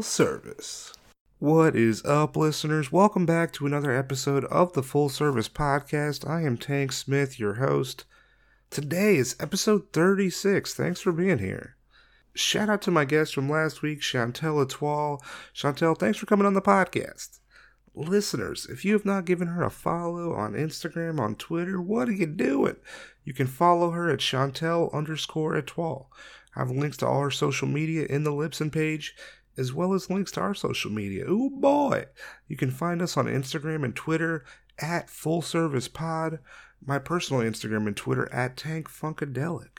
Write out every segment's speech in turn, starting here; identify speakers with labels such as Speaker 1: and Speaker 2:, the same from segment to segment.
Speaker 1: service. What is up, listeners? Welcome back to another episode of the Full Service Podcast. I am Tank Smith, your host. Today is episode 36. Thanks for being here. Shout out to my guest from last week, Chantel Etoile. Chantel, thanks for coming on the podcast. Listeners, if you have not given her a follow on Instagram, on Twitter, what are you doing? You can follow her at Chantel underscore Etoile. I have links to all her social media in the Lipson page, as well as links to our social media. Ooh boy! You can find us on Instagram and Twitter at Full Service Pod, my personal Instagram and Twitter at Tank Funkadelic.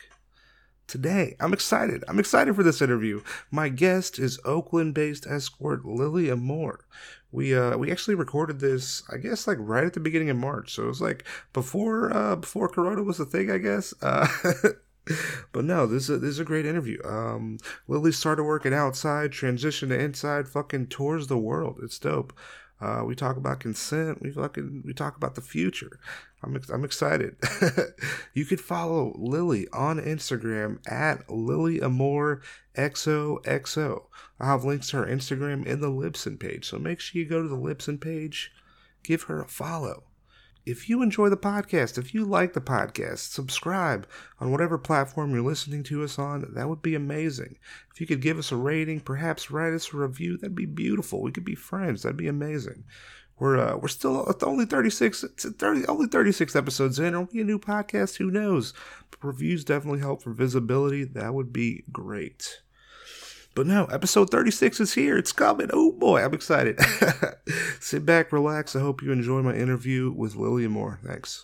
Speaker 1: Today, I'm excited. I'm excited for this interview. My guest is Oakland-based escort Lilia Moore. We uh we actually recorded this, I guess, like right at the beginning of March. So it was like before uh before Corona was a thing, I guess. Uh But no, this is a, this is a great interview. Um, Lily started working outside, transitioned to inside, fucking tours the world. It's dope. Uh, we talk about consent. We fucking we talk about the future. I'm ex- I'm excited. you could follow Lily on Instagram at Lily Amore XOXO. I have links to her Instagram in the Libsyn page, so make sure you go to the Libsyn page, give her a follow. If you enjoy the podcast, if you like the podcast, subscribe on whatever platform you're listening to us on. That would be amazing. If you could give us a rating, perhaps write us a review, that'd be beautiful. We could be friends. That'd be amazing. We're uh, we're still at only 36 it's 30 only 36 episodes in. Are we a new podcast? Who knows? But reviews definitely help for visibility. That would be great. But no, episode 36 is here. It's coming. Oh boy, I'm excited. Sit back, relax. I hope you enjoy my interview with Lily Moore. Thanks.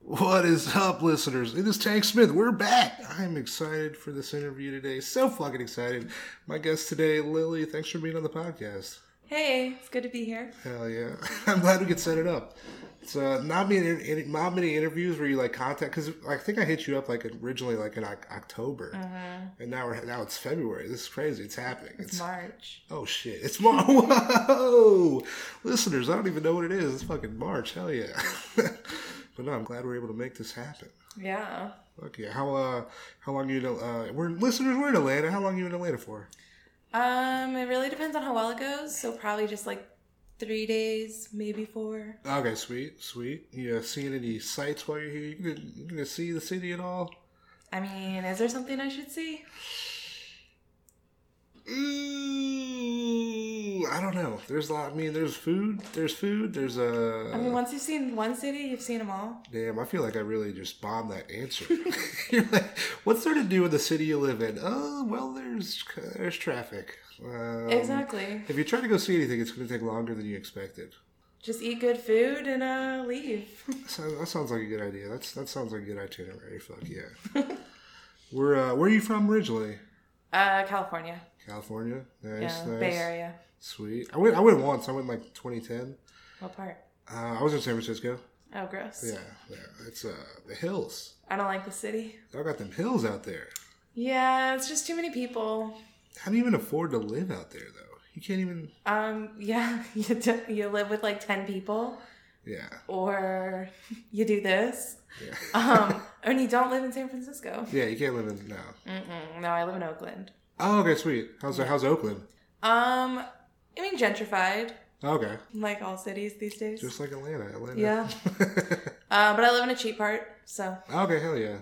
Speaker 1: What is up, listeners? It is Tank Smith. We're back. I'm excited for this interview today. So fucking excited. My guest today, Lily, thanks for being on the podcast.
Speaker 2: Hey, it's good to be here.
Speaker 1: Hell yeah! I'm glad we could set it up. It's uh, not many any- not many interviews where you like contact because I think I hit you up like originally like in Oc- October,
Speaker 2: Mm.
Speaker 1: and now we're now it's February. This is crazy. It's happening. It's,
Speaker 2: March.
Speaker 1: oh shit! It's March. Whoa, listeners! I don't even know what it is. It's fucking March. Hell yeah! but no, I'm glad we're able to make this happen.
Speaker 2: Yeah.
Speaker 1: Okay, how uh how long you in uh we're listeners we're in Atlanta. How long you in Atlanta for?
Speaker 2: Um, it really depends on how well it goes. So probably just like three days, maybe four.
Speaker 1: Okay, sweet, sweet. You uh, seeing any sights while you're here? You gonna, you gonna see the city at all?
Speaker 2: I mean, is there something I should see?
Speaker 1: Mm, I don't know. There's a lot. I mean, there's food. There's food. There's a.
Speaker 2: I mean, once you've seen one city, you've seen them all.
Speaker 1: Damn, I feel like I really just bombed that answer. You're like, what's there to do in the city you live in? Oh, well, there's there's traffic. Um,
Speaker 2: exactly.
Speaker 1: If you try to go see anything, it's going to take longer than you expected.
Speaker 2: Just eat good food and uh leave.
Speaker 1: So that sounds like a good idea. That's that sounds like a good itinerary. Fuck yeah. Where uh, where are you from originally?
Speaker 2: uh, California.
Speaker 1: California. Nice,
Speaker 2: Yeah,
Speaker 1: nice.
Speaker 2: Bay Area.
Speaker 1: Sweet. I went. I went once. I went like 2010.
Speaker 2: What part?
Speaker 1: Uh, I was in San Francisco.
Speaker 2: Oh, gross.
Speaker 1: Yeah, yeah. It's uh, the hills.
Speaker 2: I don't like the city.
Speaker 1: Y'all got them hills out there.
Speaker 2: Yeah, it's just too many people.
Speaker 1: How do you even afford to live out there though? You can't even.
Speaker 2: Um, yeah, you, d- you live with like 10 people
Speaker 1: Yeah,
Speaker 2: or you do this.
Speaker 1: yeah.
Speaker 2: Um, and you don't live in San Francisco.
Speaker 1: yeah, you can't live in no.
Speaker 2: Mm-mm, no, I live in Oakland.
Speaker 1: Oh, okay, sweet. How's how's Oakland?
Speaker 2: Um, I mean gentrified,
Speaker 1: Okay,
Speaker 2: like all cities these days.
Speaker 1: just like Atlanta. Atlanta.
Speaker 2: Yeah. uh, but I live in a cheap part, so
Speaker 1: okay, hell yeah.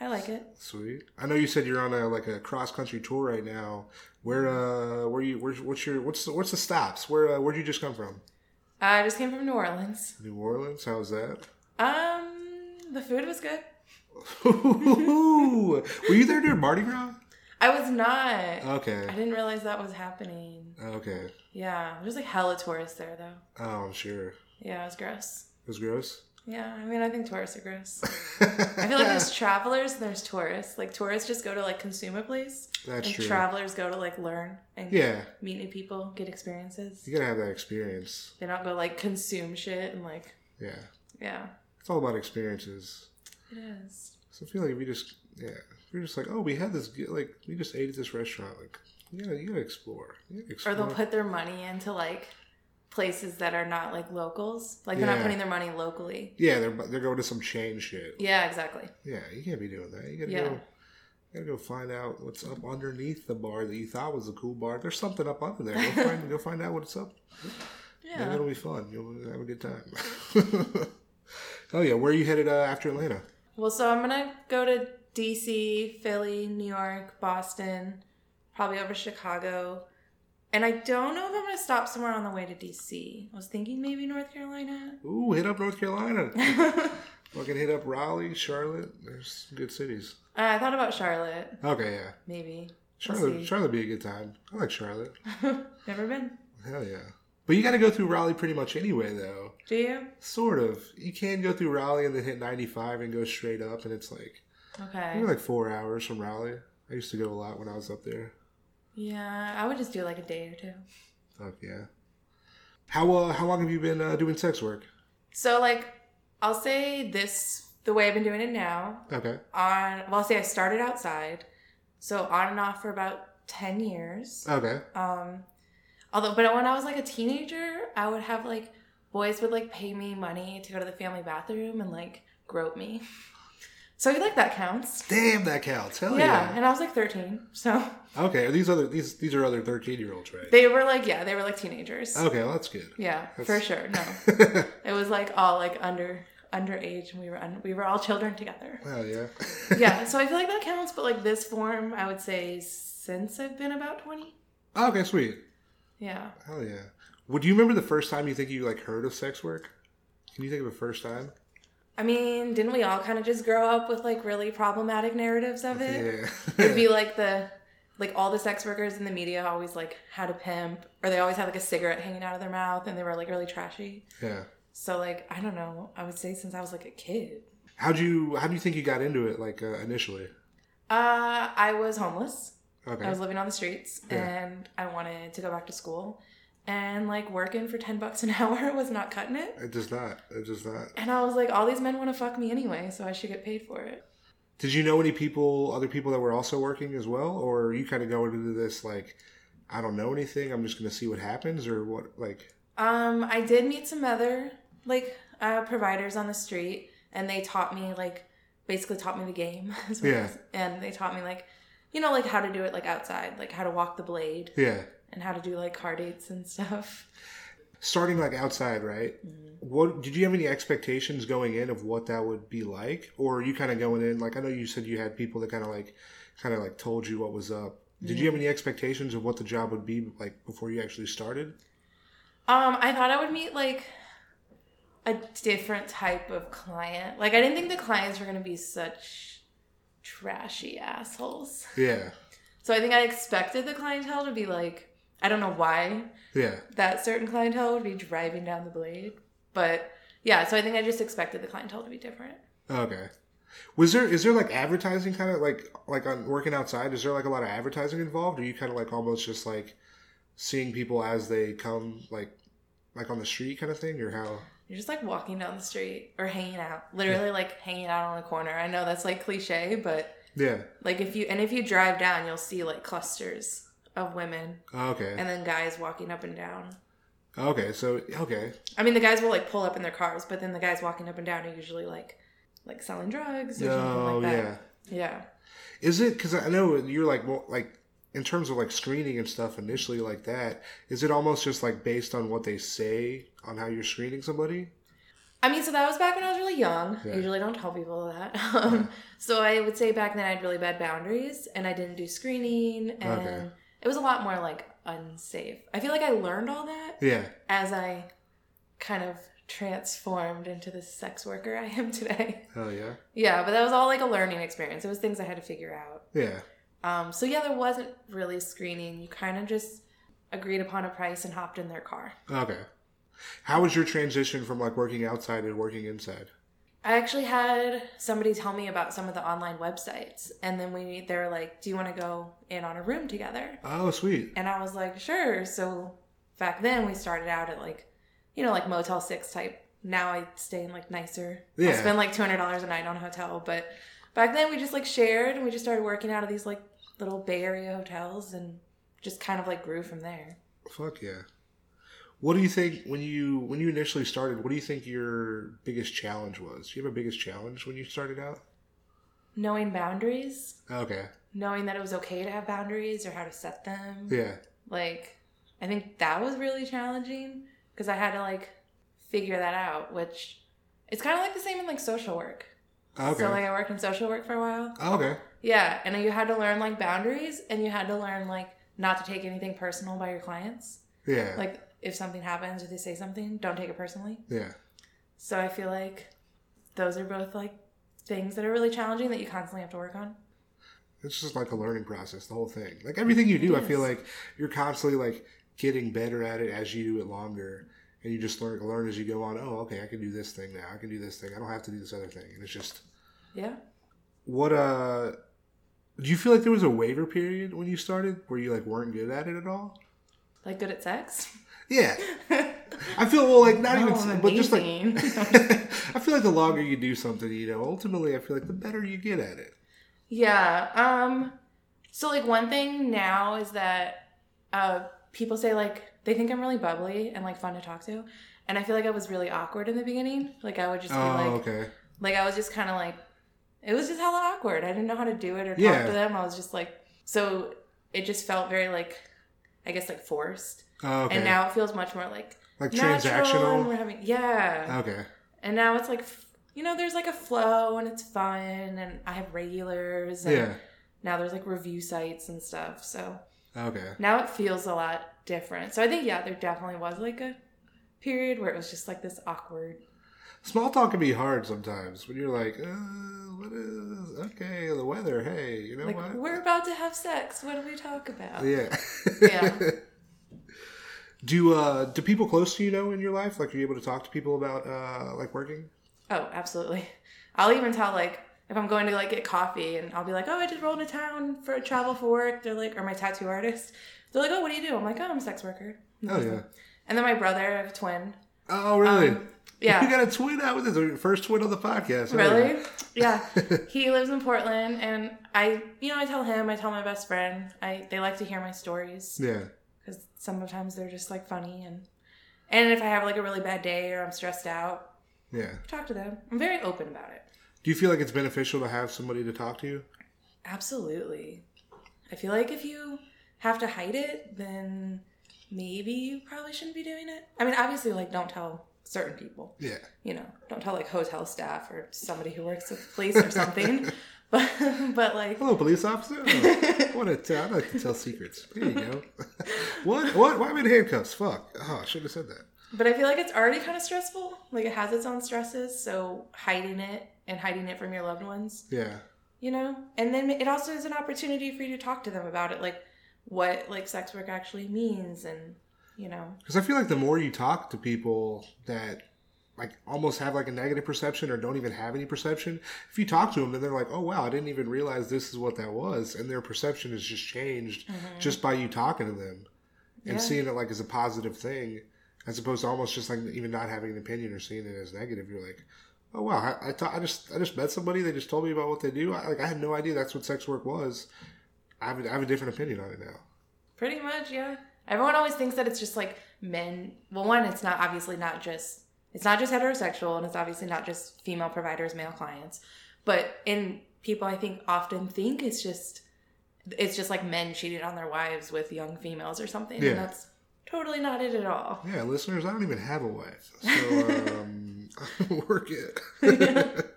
Speaker 2: I like it.
Speaker 1: Sweet. I know you said you're on a like a cross country tour right now. Where uh, where you where's what's your what's the, what's the stops? Where uh, where'd you just come from?
Speaker 2: I just came from New Orleans.
Speaker 1: New Orleans. How's that?
Speaker 2: Um, the food was good.
Speaker 1: Ooh. Were you there during Mardi Gras?
Speaker 2: I was not. I
Speaker 1: Okay.
Speaker 2: didn't realize that was happening.
Speaker 1: Okay.
Speaker 2: Yeah, there's like hella tourists there though.
Speaker 1: Oh, I'm sure. It
Speaker 2: Yeah, it was gross.
Speaker 1: was gross.
Speaker 2: Yeah, I mean, I think tourists are gross. I feel like there's travelers and there's tourists. Like tourists just go to like consume a place,
Speaker 1: That's
Speaker 2: and
Speaker 1: true.
Speaker 2: travelers go to like learn and
Speaker 1: yeah.
Speaker 2: meet new people, get experiences.
Speaker 1: You gotta have that experience.
Speaker 2: They don't go like consume shit and like
Speaker 1: Yeah.
Speaker 2: yeah.
Speaker 1: It's all about experiences.
Speaker 2: It is.
Speaker 1: So I feel like if you just yeah, if you're just like, oh, we had this good- like we just ate at this restaurant. Like you gotta you gotta explore. You gotta
Speaker 2: Or
Speaker 1: explore.
Speaker 2: they'll put their money into like places that are not like locals. Like they're not
Speaker 1: Yeah.
Speaker 2: putting their money locally.
Speaker 1: yeah, they're they're going to some chain shit.
Speaker 2: Yeah, exactly.
Speaker 1: Yeah, you can't be doing that. You gotta
Speaker 2: Yeah.
Speaker 1: go. gotta go find out what's up underneath the bar that you thought was a cool bar. There's something up under there. Go find, go find out what's up. Maybe
Speaker 2: Yeah.
Speaker 1: it'll be fun. You'll have a good time. oh yeah, where are you headed uh, after Atlanta?
Speaker 2: Well, so I'm gonna go to DC, Philly, New York, Boston, probably over Chicago. And I don't know if I'm gonna stop somewhere on the way to DC. I was thinking maybe North Carolina. Uh,
Speaker 1: Ooh, hit up North Carolina. Fucking hit up Raleigh, Charlotte. There's some good cities.
Speaker 2: I thought about Charlotte,
Speaker 1: Okay, yeah.
Speaker 2: maybe.
Speaker 1: Charlotte,
Speaker 2: see.
Speaker 1: Charlotte would be a good time. I like Charlotte.
Speaker 2: Never been.
Speaker 1: Hell yeah. But you got to go through Raleigh pretty much anyway, though.
Speaker 2: Do you?
Speaker 1: Sort of. You can go through Raleigh and then hit 95 and go straight up, and it's like
Speaker 2: Okay.
Speaker 1: maybe like four hours from Raleigh. I used to go a lot when I was up there.
Speaker 2: Yeah, I would just do like a day or two.
Speaker 1: Fuck yeah. How uh, how long have you been uh, doing sex work?
Speaker 2: So like, I'll say this the way I've been doing it now.
Speaker 1: Okay.
Speaker 2: On well, I'll say I started outside, so on and off for about ten years.
Speaker 1: Okay.
Speaker 2: Um, although, but when I was like a teenager, I would have like boys would like pay me money to go to the family bathroom and like grope me. So I feel like that counts.
Speaker 1: Damn, that counts. Hell
Speaker 2: yeah.
Speaker 1: yeah.
Speaker 2: and I was like 13, so
Speaker 1: Okay. Are these other these these are other 13 year olds, right?
Speaker 2: they were like, yeah, they were like teenagers.
Speaker 1: Okay, well, that's good.
Speaker 2: Yeah,
Speaker 1: Oh. That's-
Speaker 2: for sure. No, it was like all like under underage, and we were un- we were all children together.
Speaker 1: Hell yeah.
Speaker 2: yeah, so I feel like that counts, but like this form, I would say since I've been about 20.
Speaker 1: okay, sweet.
Speaker 2: Yeah.
Speaker 1: Hell yeah. Would you remember the first time you think you like heard of sex work? Can you think of a first time?
Speaker 2: I mean, didn't we all kind of just grow up with like really problematic narratives of it?
Speaker 1: Yeah.
Speaker 2: It'd be like the like all the sex workers in the media always like had a pimp or they always had like a cigarette hanging out of their mouth and they were like really trashy.
Speaker 1: yeah.
Speaker 2: So like I don't know, I would say since I was like a kid.
Speaker 1: How'd you How do you think you got into it? Like uh, initially?
Speaker 2: Uh I was homeless.
Speaker 1: Okay.
Speaker 2: I was living on the streets
Speaker 1: Yeah.
Speaker 2: and I wanted to go back to school and like working for 10 bucks an hour was not cutting it.
Speaker 1: It does not. It does not.
Speaker 2: And I was like all these men want to fuck me anyway, so I should get paid for it.
Speaker 1: Did you know any people, other people that were also working as well, or you kind of go into this like, I don't know anything. I'm just going to see what happens, or what? Like,
Speaker 2: Um, I did meet some other like uh, providers on the street, and they taught me like basically taught me the game. is what it
Speaker 1: Yeah.
Speaker 2: is. And they taught me like you know like how to do it like outside, like how to walk the blade
Speaker 1: yeah,
Speaker 2: and how to do like car dates and stuff.
Speaker 1: starting like outside, right? What did you have any expectations going in of what that would be like, or you kind of going in like I know you said you had people that kind of like, kind of like told you what was up. Did you have any expectations of what the job would be like before you actually started?
Speaker 2: Um, I thought I would meet like a different type of client. Like I didn't think the clients were gonna be such trashy assholes.
Speaker 1: Yeah,
Speaker 2: So I think I expected the clientele to be like I don't know why
Speaker 1: yeah,
Speaker 2: that certain clientele would be driving down the blade. But yeah, so I think I just expected the clientele to be different.
Speaker 1: okay. Was there is there like advertising kind of like like on working outside? Is there like a lot of advertising involved? Or are you kind of like almost just like seeing people as they come like like on the street kind of thing, or how?
Speaker 2: You're just like walking down the street or hanging out, literally like hanging out on a corner. I know that's like cliche, but
Speaker 1: Yeah.
Speaker 2: like if you and if you drive down, you'll see like clusters of women
Speaker 1: Okay.
Speaker 2: and then guys walking up and down.
Speaker 1: Okay, so okay,
Speaker 2: I mean, the guys will like pull up in their cars, but then the guys walking up and down are usually like like selling drugs or
Speaker 1: oh
Speaker 2: something like that.
Speaker 1: yeah,
Speaker 2: Yeah.
Speaker 1: is it because I know you're like more like in terms of like screening and stuff initially like that. Is it almost just like based on what they say on how you're screening somebody?
Speaker 2: I mean, so that was back when I was really young.
Speaker 1: Yeah.
Speaker 2: I usually don't tell people that. Um,
Speaker 1: Yeah.
Speaker 2: So I would say back then I had really bad boundaries and I didn't do screening and
Speaker 1: Okay.
Speaker 2: it was a lot more like unsafe. I feel like I learned all that
Speaker 1: Yeah,
Speaker 2: as I kind of transformed into the sex worker I am today.
Speaker 1: hell yeah,
Speaker 2: yeah, but that was all like a learning experience. It was things I had to figure out.
Speaker 1: yeah,
Speaker 2: Um, so yeah, there wasn't really screening. You kind of just agreed upon a price and hopped in their car.
Speaker 1: okay. How was your transition from like working outside and working inside?
Speaker 2: I actually had somebody tell me about some of the online websites, and then we they were like, "Do you want to go in on a room together?"
Speaker 1: Oh, sweet.
Speaker 2: And I was like, "Sure." So back then we started out at like, you know, like Motel Six type. Now I stay in like nicer. Yeah.
Speaker 1: Yeah.
Speaker 2: I spend like two hundred dollars a night on a hotel, but back then we just like shared and we just started working out of these like little Bay Area hotels and just kind of like grew from there.
Speaker 1: Fuck yeah. What do you think when you when you initially started? What do you think your biggest challenge was? Do you have a biggest challenge when you started out?
Speaker 2: Knowing boundaries,
Speaker 1: Okay.
Speaker 2: knowing that it was okay to have boundaries or how to set them.
Speaker 1: Mm-hmm. Yeah.
Speaker 2: Like, I think that was really challenging because I had to like figure that out, which it's kind of like the same in like social work.
Speaker 1: Okay.
Speaker 2: So like I worked in social work for a while.
Speaker 1: okay.
Speaker 2: Yeah, and you had to learn like boundaries and you had to learn like not to take anything personal by your clients.
Speaker 1: Yeah.
Speaker 2: Like if something happens or they say something, don't take it personally.
Speaker 1: yeah.
Speaker 2: So I feel like those are both like things that are really challenging that you constantly have to work on.
Speaker 1: It's just like a learning process, the whole thing. Like everything you do,
Speaker 2: It
Speaker 1: I feel
Speaker 2: is.
Speaker 1: like you're constantly like getting better at it as you do it longer. And you just learn learn as you go on. Oh, okay, I can do this thing now. I can do this thing. I don't have to do this other thing. And it's just
Speaker 2: Yeah.
Speaker 1: what uh do you feel like there was a waiver period when you started where you like weren't good at it at all?
Speaker 2: Like good at sex.
Speaker 1: Yeah. I feel well like not
Speaker 2: No,
Speaker 1: even
Speaker 2: I'm
Speaker 1: but just like
Speaker 2: amazing.
Speaker 1: I feel like the longer you do something, you know, ultimately I feel like the better you get at it.
Speaker 2: Yeah. Um so like one thing now is that uh people say like they think I'm really bubbly and like fun to talk to. And I feel like I was really awkward in the beginning. Like I would just be
Speaker 1: Oh,
Speaker 2: like
Speaker 1: okay.
Speaker 2: like I was just kinda like it was just hella awkward. I didn't know how to do it or talk
Speaker 1: Yeah.
Speaker 2: to them. I was just like so it just felt very like I guess like forced.
Speaker 1: Oh, okay.
Speaker 2: And now it feels much more like
Speaker 1: like
Speaker 2: natural and
Speaker 1: transactional.
Speaker 2: we're having yeah.
Speaker 1: Okay.
Speaker 2: And now it's like f- you know, there's like a flow and it's fun and I have regulars and
Speaker 1: Yeah.
Speaker 2: now there's like review sites and stuff. So
Speaker 1: Okay.
Speaker 2: now it feels a lot different. So I think yeah, there definitely was like a period where it was just like this awkward.
Speaker 1: Small talk can be hard sometimes when you're like, uh, what is okay? The weather, hey, you know
Speaker 2: Like
Speaker 1: what?
Speaker 2: we're about to have sex. What do we talk about?
Speaker 1: yeah.
Speaker 2: Yeah.
Speaker 1: do uh do people close to you know in your life? Like, are you able to talk to people about uh like working?
Speaker 2: Oh, absolutely. I'll even tell like if I'm going to like get coffee and I'll be like, oh, I just rolled into town for travel for work. They're like, or my tattoo artist. They're like, oh, what do you do? I'm like, oh, I'm a sex worker.
Speaker 1: Oh yeah.
Speaker 2: And then my brother, I have a twin.
Speaker 1: Oh really?
Speaker 2: Mm-hmm. Um, yeah.
Speaker 1: You got a twin out with this your first twin on the podcast. huh?
Speaker 2: Really? Yeah. he lives in Portland, and I, you know, I tell him, I tell my best friend, I they like to hear my stories
Speaker 1: Yeah.
Speaker 2: because sometimes they're just like funny and and if I have like a really bad day or I'm stressed out,
Speaker 1: Yeah.
Speaker 2: I talk to them. I'm very open about it.
Speaker 1: Do you feel like it's beneficial to have somebody to talk to?
Speaker 2: Absolutely. I feel like if you have to hide it, then maybe you probably shouldn't be doing it. I mean, obviously, like don't tell certain people.
Speaker 1: Yeah.
Speaker 2: you know, don't tell like hotel staff or somebody who works with police or something. but but like
Speaker 1: Hello, police officer. Oh, what a t- I like to tell secrets. There you go. what? What? Why am I in handcuffs? Fuck. Oh, I should have said that.
Speaker 2: but I feel like it's already kind of stressful. Like it has its own stresses, so hiding it and hiding it from your loved ones,
Speaker 1: Yeah.
Speaker 2: you know? And then it also is an opportunity for you to talk to them about it like what like sex work actually means and you know.
Speaker 1: Because I feel like the more you talk to people that like almost have like a negative perception or don't even have any perception, if you talk to them, then they're like, "Oh wow, I didn't even realize this is what that was," and their perception is just changed just by you talking to them and
Speaker 2: Yeah.
Speaker 1: seeing it like as a positive thing, as opposed to almost just like even not having an opinion or seeing it as negative. You're like. Oh wow! I, I, ta- I just I just met somebody. They just told me about what they do. I, like I had no idea that's what sex work was. I have a, I have a different opinion on it now.
Speaker 2: Pretty much, yeah. Everyone always thinks that it's just like men. Well, one, it's not obviously not just it's not just heterosexual, and it's obviously not just female providers, male clients. But in people, I think often think it's just it's just like men cheating on their wives with young females or something,
Speaker 1: Yeah.
Speaker 2: and that's totally not it at all.
Speaker 1: Yeah, listeners, I don't even have a wife, so um, work it.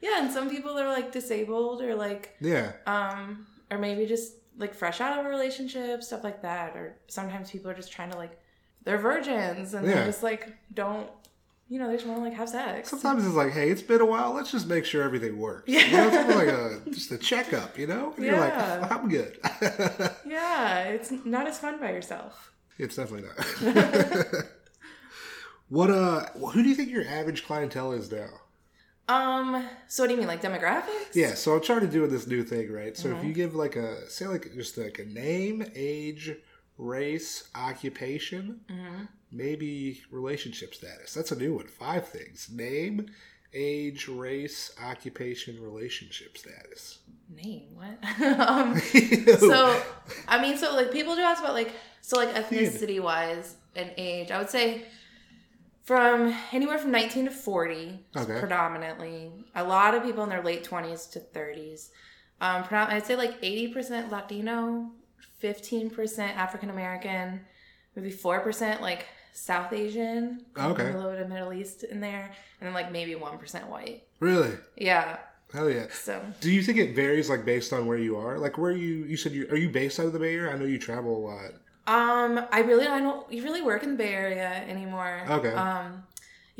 Speaker 2: Yeah, and some people are like disabled or like
Speaker 1: yeah,
Speaker 2: um or maybe just like fresh out of a relationship stuff like that or sometimes people are just trying to like they're virgins and
Speaker 1: Yeah.
Speaker 2: they just like don't you know they just want to like have sex
Speaker 1: sometimes it's like, hey, it's been a while. Let's just make sure everything works. You know, it's more like a just a checkup, you know. And You're like,
Speaker 2: Yeah.
Speaker 1: I'm good.
Speaker 2: yeah it's not as fun by yourself
Speaker 1: it's definitely not. what uh, who do you think your average clientele is now?
Speaker 2: um so what do you mean like demographics
Speaker 1: Yeah, so I'm trying to do this new thing, right? So if
Speaker 2: Mhm.
Speaker 1: you give like a say like just like a name, age, race, occupation,
Speaker 2: Mhm.
Speaker 1: maybe relationship status. That's a new one. Five things name, age, race, occupation, relationship status.
Speaker 2: name what um so i mean so like people do ask about like so like ethnicity wise and age i would say from anywhere from 19 to 40 is
Speaker 1: Okay.
Speaker 2: predominantly a lot of people in their late 20s to 30s Um, pronoun- I'd say like 80% Latino, 15% African American, maybe 4% like South Asian,
Speaker 1: Okay.
Speaker 2: a little bit of Middle East in there, and then like maybe 1% white.
Speaker 1: Really?
Speaker 2: Yeah.
Speaker 1: Hell yeah.
Speaker 2: So
Speaker 1: Do you think it varies like based on where you are? Like where you you said you are you based out of the Bay Area? I know you travel a lot.
Speaker 2: Um, I really I don't you really work in the Bay Area anymore.
Speaker 1: Okay.
Speaker 2: Um,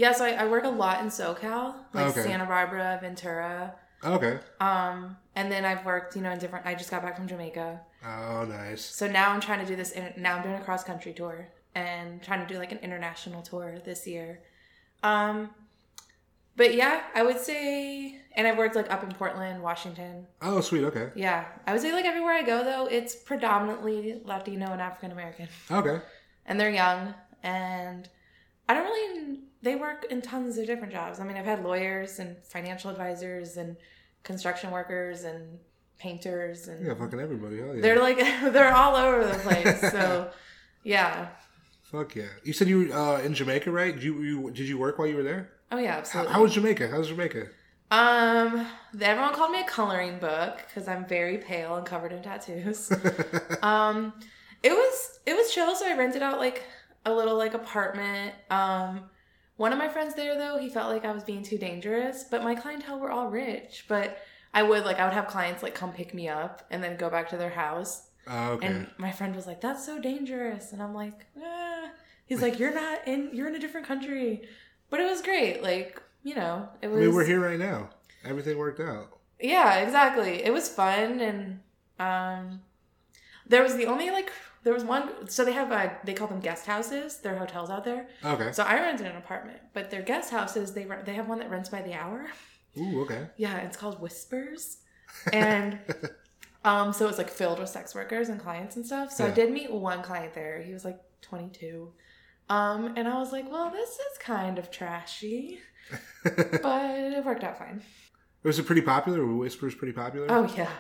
Speaker 2: yeah, so I, I work a lot in SoCal, like
Speaker 1: Okay.
Speaker 2: Santa Barbara, Ventura.
Speaker 1: Okay.
Speaker 2: Um, and then I've worked, you know, in different. I just got back from Jamaica,
Speaker 1: Oh, nice.
Speaker 2: so now I'm trying to do this. In, now I'm doing a cross country tour and trying to do like an international tour this year. Um, but yeah, I would say, and I've worked like up in Portland, Washington.
Speaker 1: Oh, sweet. Okay.
Speaker 2: Yeah, I would say like everywhere I go though, it's predominantly Latino and African American
Speaker 1: Okay.
Speaker 2: and they're young and i don't really they work in tons of different jobs i mean i've had lawyers and financial advisors and construction workers and painters and
Speaker 1: Yeah, fucking everybody. Hell yeah.
Speaker 2: they're like they're all over the place so yeah
Speaker 1: Fuck yeah. You said you were uh, in Jamaica, right? Did you, you did you work while you were there?
Speaker 2: oh yeah
Speaker 1: How,
Speaker 2: absolutely
Speaker 1: how was Jamaica? How's Jamaica?
Speaker 2: um everyone called me a coloring book because i'm very pale and covered in tattoos um it was it was chill so i rented out like a little like apartment um one of my friends there though he felt like i was being too dangerous but my clientele were all rich but i would like i would have clients like come pick me up and then go back to their house
Speaker 1: Oh, okay.
Speaker 2: and my friend was like that's so dangerous and i'm like eh. he's like you're not in you're in a different country but it was great like you know it
Speaker 1: I
Speaker 2: was
Speaker 1: mean, we're here right now. Everything worked out.
Speaker 2: yeah, exactly. It was fun, and um, there was the only like there was one. So they have uh, they call them guest houses. They're hotels out there.
Speaker 1: Okay.
Speaker 2: So I rented an apartment, but their guest houses they rent, they have one that rents by the hour.
Speaker 1: Ooh, okay.
Speaker 2: Yeah, it's called Whispers, and um, so it's like filled with sex workers and clients and stuff. So I
Speaker 1: Yeah.
Speaker 2: did meet one client there. He was like 22, um, and I was like, well, this is kind of trashy, but it worked out fine.
Speaker 1: Was it pretty popular? Were Whispers pretty popular?
Speaker 2: Oh yeah,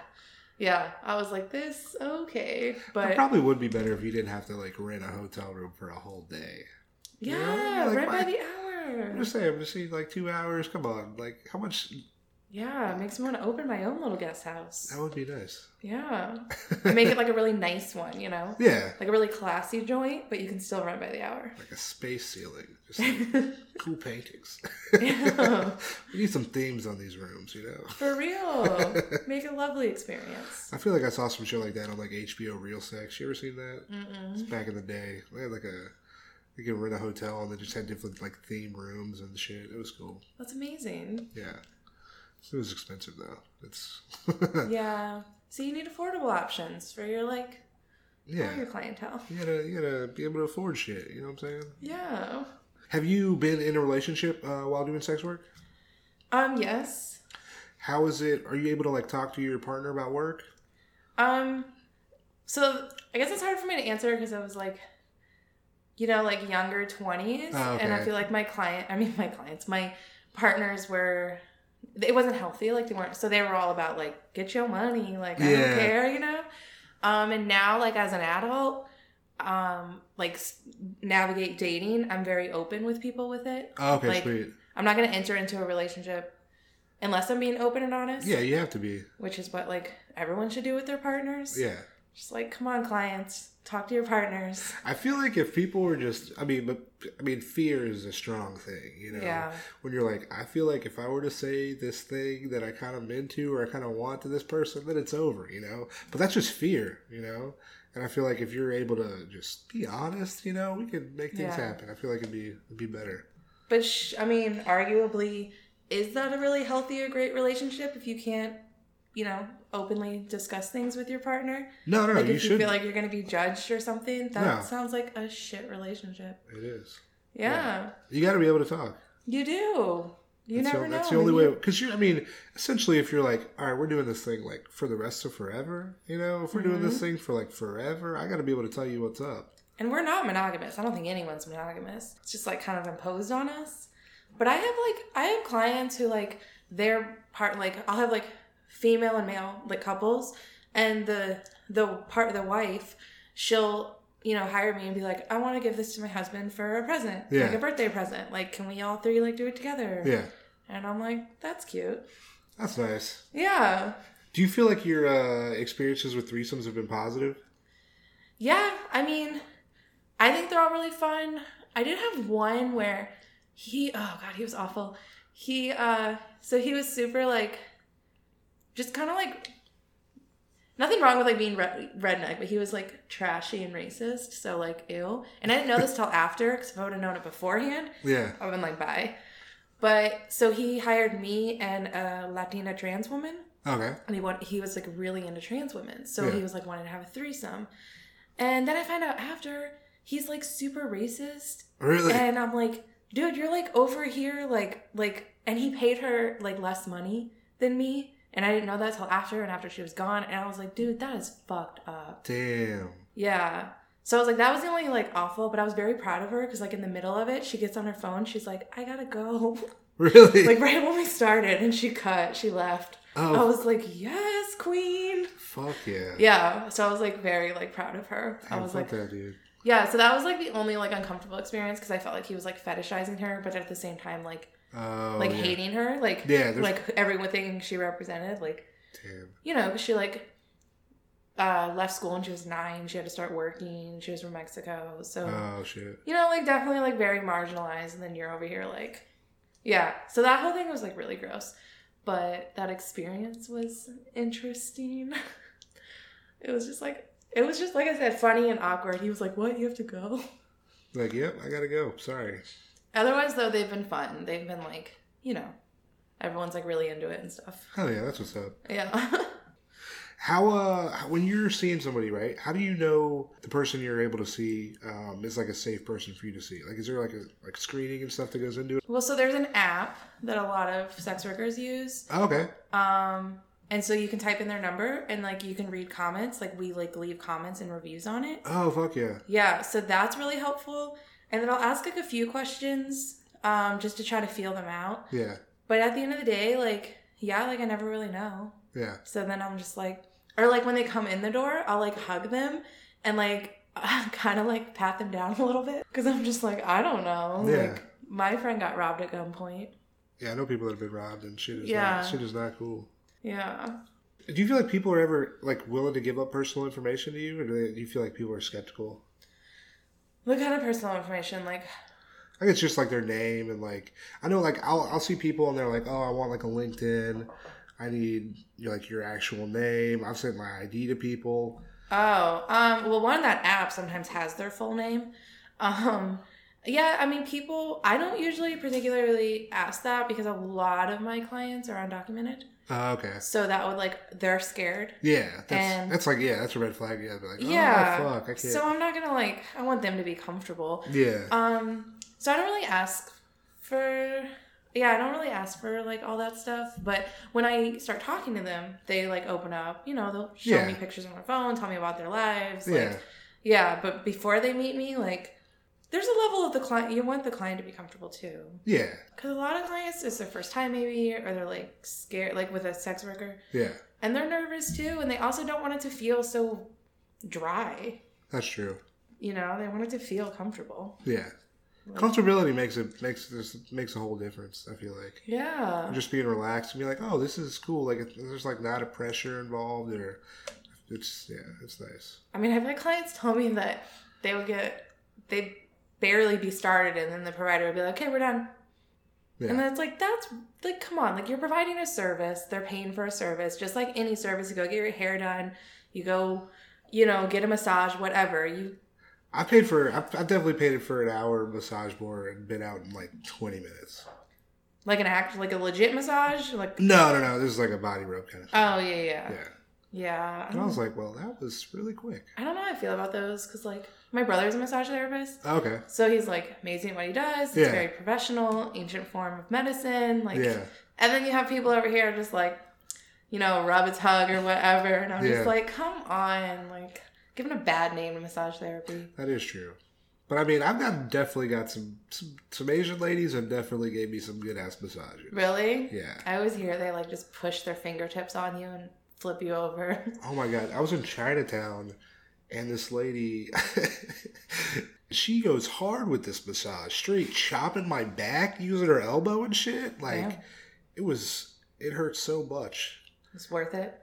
Speaker 2: yeah. I was like, this okay,
Speaker 1: It
Speaker 2: but
Speaker 1: probably would be better if you didn't have to like rent a hotel room for a whole day.
Speaker 2: yeah,
Speaker 1: Yeah, like,
Speaker 2: right
Speaker 1: why-
Speaker 2: by the
Speaker 1: I'm
Speaker 2: hour.
Speaker 1: just saying, just see like two hours. Come on, like how much?
Speaker 2: Yeah, it makes me want to open my own little guest house.
Speaker 1: That would be nice.
Speaker 2: Yeah, And make it like a really nice one, you know,
Speaker 1: yeah,
Speaker 2: like a really classy joint, but you can still rent by the hour.
Speaker 1: like a space ceiling, just like, cool paintings.
Speaker 2: Yeah.
Speaker 1: we need some themes on these rooms, you know.
Speaker 2: For real, make a lovely experience.
Speaker 1: I feel like I saw some shit like that on like HBO Real Sex. You ever seen that? It's
Speaker 2: Mm-mm.
Speaker 1: back in the day. They had like a you could rent a hotel and they just had different like theme rooms and shit. It was cool.
Speaker 2: That's amazing.
Speaker 1: Yeah. It was expensive though. It's
Speaker 2: Yeah. So you need affordable options for your like all
Speaker 1: yeah.
Speaker 2: your clientele.
Speaker 1: You gotta you gotta be able to afford shit. You know what I'm saying?
Speaker 2: Yeah.
Speaker 1: Have you been in a relationship uh, while doing sex work?
Speaker 2: Um. Yes.
Speaker 1: How is it? Are you able to like talk to your partner about work?
Speaker 2: Um, so I guess it's hard for me to answer because I was like, you know, like younger twenties,
Speaker 1: Oh,
Speaker 2: and I
Speaker 1: okay.
Speaker 2: feel like my client, I mean, my clients, my partners were, it wasn't healthy. Like they weren't, so they were all about like, get your money, like I
Speaker 1: Yeah.
Speaker 2: don't care, you know. Um, and now like as an adult, um, like s- navigate dating, I'm very open with people with it.
Speaker 1: Oh, okay,
Speaker 2: Like-
Speaker 1: sweet.
Speaker 2: I'm not gonna enter into a relationship unless I'm being open and honest.
Speaker 1: Yeah, you have to be.
Speaker 2: Which is what like everyone should do with their partners.
Speaker 1: Yeah.
Speaker 2: Just like, come on, clients, talk to your partners.
Speaker 1: I feel like if people were just, I mean, but I mean, fear is a strong thing, you know.
Speaker 2: Yeah.
Speaker 1: When you're like, I feel like if I were to say this thing that I kind of am into or I kind of want to this person, then it's over, you know. But that's just fear, you know. And I feel like if you're able to just be honest, you know, we could make things
Speaker 2: Yeah.
Speaker 1: happen. I feel like it'd be it'd be better.
Speaker 2: But sh- I mean, arguably, is that a really healthy or great relationship if you can't, you know, openly discuss things with your partner?
Speaker 1: No, no,
Speaker 2: like,
Speaker 1: you
Speaker 2: if
Speaker 1: should.
Speaker 2: you feel like you're going to be judged or something, that
Speaker 1: No.
Speaker 2: sounds like a shit relationship.
Speaker 1: it is.
Speaker 2: Yeah,
Speaker 1: You got to be able to talk.
Speaker 2: you do. You
Speaker 1: that's
Speaker 2: never
Speaker 1: the,
Speaker 2: know.
Speaker 1: That's the only
Speaker 2: and
Speaker 1: way.
Speaker 2: you-
Speaker 1: Because you, I mean, essentially, if you're like, all right, we're doing this thing like for the rest of forever, you know, if we're doing this
Speaker 2: Mm-hmm.
Speaker 1: thing for like forever, I got to be able to tell you what's up.
Speaker 2: And we're not monogamous. I don't think anyone's monogamous. It's just like kind of imposed on us. But I have like I have clients who like their part like I'll have like female and male like couples and the the part the wife she'll you know hire me and be like I want to give this to my husband for a present
Speaker 1: Yeah.
Speaker 2: like a birthday present like can we all three like do it together
Speaker 1: Yeah,
Speaker 2: and I'm like that's cute
Speaker 1: that's nice.
Speaker 2: yeah
Speaker 1: Do you feel like your uh, experiences with threesomes have been positive?
Speaker 2: Yeah, I mean, I think they're all really fun. I did have one where he, oh god, he was awful. He, uh, so he was super like, just kind of like, nothing wrong with like being red, redneck, but he was like trashy and racist. So like, ew. And I didn't know this till after, because if I would have known it beforehand,
Speaker 1: Yeah.
Speaker 2: I've been like, bye. But so he hired me and a Latina trans woman,
Speaker 1: Okay.
Speaker 2: and he want, he was like really into trans women, so
Speaker 1: Yeah.
Speaker 2: he was like wanting to have a threesome. And then I find out after he's like super racist,
Speaker 1: Really?
Speaker 2: and I'm like, dude, you're like over here, like like, and he paid her like less money than me, and I didn't know that till after, and after she was gone, and I was like, dude, that is fucked up.
Speaker 1: Damn.
Speaker 2: Yeah. So I was like, that was the only like awful, but I was very proud of her because like in the middle of it, she gets on her phone, she's like, I gotta go.
Speaker 1: Really?
Speaker 2: like right when we started, and she cut, she left.
Speaker 1: Oh.
Speaker 2: I was like, yes, queen.
Speaker 1: fuck yeah.
Speaker 2: Yeah. So I was like very like proud of her. I
Speaker 1: Damn,
Speaker 2: was
Speaker 1: fuck
Speaker 2: like,
Speaker 1: that dude.
Speaker 2: yeah. So that was like the only like uncomfortable experience because I felt like he was like fetishizing her, but at the same time like
Speaker 1: Oh,
Speaker 2: like
Speaker 1: yeah.
Speaker 2: hating her, like
Speaker 1: Yeah, there's-
Speaker 2: like everything she represented, like
Speaker 1: Damn.
Speaker 2: you know, 'cause she like uh, left school when she was nine. She had to start working. She was from Mexico, so
Speaker 1: Oh shit.
Speaker 2: you know, like definitely like very marginalized. And then you're over here like, yeah. So that whole thing was like really gross, but that experience was interesting. it was just like it was just like I said, funny and awkward. He was like, "What? You have to go."
Speaker 1: Like, yep, I gotta go. Sorry.
Speaker 2: Otherwise, though, they've been fun. They've been like, you know, everyone's like really into it and stuff.
Speaker 1: Hell yeah, that's what's up.
Speaker 2: Yeah.
Speaker 1: How uh when you're seeing somebody, right? How do you know the person you're able to see um is like a safe person for you to see? Like is there like a like screening and stuff that goes into it?
Speaker 2: Well, so there's an app that a lot of sex workers use.
Speaker 1: Oh, okay.
Speaker 2: Um, and so you can type in their number and like you can read comments. Like we like leave comments and reviews on it.
Speaker 1: Oh fuck yeah.
Speaker 2: Yeah, so that's really helpful. And then I'll ask like a few questions um, just to try to feel them out.
Speaker 1: Yeah.
Speaker 2: But at the end of the day, like, yeah, like I never really know.
Speaker 1: Yeah.
Speaker 2: So then I'm just like, or like when they come in the door, I'll like hug them and like kind of like pat them down a little bit because I'm just like, I don't know.
Speaker 1: Yeah.
Speaker 2: Like, my friend got robbed at gunpoint.
Speaker 1: Yeah, I know people that have been robbed and shit is
Speaker 2: Yeah.
Speaker 1: not shit is not cool.
Speaker 2: Yeah.
Speaker 1: Do you feel like people are ever like willing to give up personal information to you, or do, they, do you feel like people are skeptical?
Speaker 2: What kind of personal information? Like,
Speaker 1: I think it's just like their name and like I know like I'll I'll see people and they're like, oh, I want like a LinkedIn. I need you know, like your actual name. I've sent my ID to people.
Speaker 2: Oh, um, well, one that app sometimes has their full name. Um, yeah, I mean, people. I don't usually particularly ask that because a lot of my clients are undocumented,
Speaker 1: Oh, okay.
Speaker 2: so that would like they're scared.
Speaker 1: Yeah, that's
Speaker 2: And-
Speaker 1: that's like yeah, that's a red flag. Yeah, be like, oh,
Speaker 2: Yeah.
Speaker 1: fuck, I can't.
Speaker 2: So I'm not gonna like. I want them to be comfortable.
Speaker 1: yeah,
Speaker 2: Um, so I don't really ask for. Yeah, I don't really ask for like all that stuff. But when I start talking to them, they like open up. You know, they'll show
Speaker 1: Yeah.
Speaker 2: me pictures on their phone, tell me about their lives. Like,
Speaker 1: yeah,
Speaker 2: Yeah, but before they meet me, like, there's a level of the client you want the client to be comfortable too,
Speaker 1: yeah,
Speaker 2: because a lot of clients it's their first time maybe, or they're like scared, like with a sex worker,
Speaker 1: yeah.
Speaker 2: and they're nervous too, and they also don't want it to feel so dry.
Speaker 1: That's true.
Speaker 2: You know, they want it to feel comfortable.
Speaker 1: Yeah,
Speaker 2: Like,
Speaker 1: comfortability makes it makes this makes a whole difference. I feel like
Speaker 2: Yeah.
Speaker 1: just being relaxed and be like, oh, this is cool. Like it- there's like not a pressure involved, or it's yeah, it's nice.
Speaker 2: I mean, I've had clients tell me that they would get they barely be started, and then the provider would be like, "Okay, we're done."
Speaker 1: Yeah.
Speaker 2: And then it's like that's like come on, like you're providing a service, they're paying for a service, just like any service. You go get your hair done, you go, you know, get a massage, whatever. You
Speaker 1: I paid for I, I definitely paid it for an hour massage bar and been out in like 20 minutes.
Speaker 2: like an act, like a legit massage, like
Speaker 1: No, no, no. This is like a body rub kind of. thing.
Speaker 2: oh yeah, yeah,
Speaker 1: Mm.
Speaker 2: Oh.
Speaker 1: yeah. Oh.
Speaker 2: yeah. I
Speaker 1: And I was
Speaker 2: don't,
Speaker 1: like, well, that was really quick.
Speaker 2: I don't know how I feel about those because like my brother's a massage therapist,
Speaker 1: Okay.
Speaker 2: so he's like amazing at what he does. It's
Speaker 1: Yeah.
Speaker 2: very professional, ancient form of medicine, like.
Speaker 1: yeah.
Speaker 2: And then you have people over here just like, you know, rub its hug or whatever. And I'm
Speaker 1: Yeah.
Speaker 2: just like, come on, like giving a bad name to massage therapy.
Speaker 1: That is true. But I mean, I've got definitely got some some, some Asian ladies and definitely gave me some good ass massages.
Speaker 2: Really?
Speaker 1: Yeah.
Speaker 2: I always hear they like just push their fingertips on you and flip you over.
Speaker 1: Oh my god, I was in Chinatown, and this lady, she goes hard with this massage, straight chopping my back, using her elbow and shit. Like
Speaker 2: Yeah.
Speaker 1: it was, it hurt so much.
Speaker 2: It's worth it.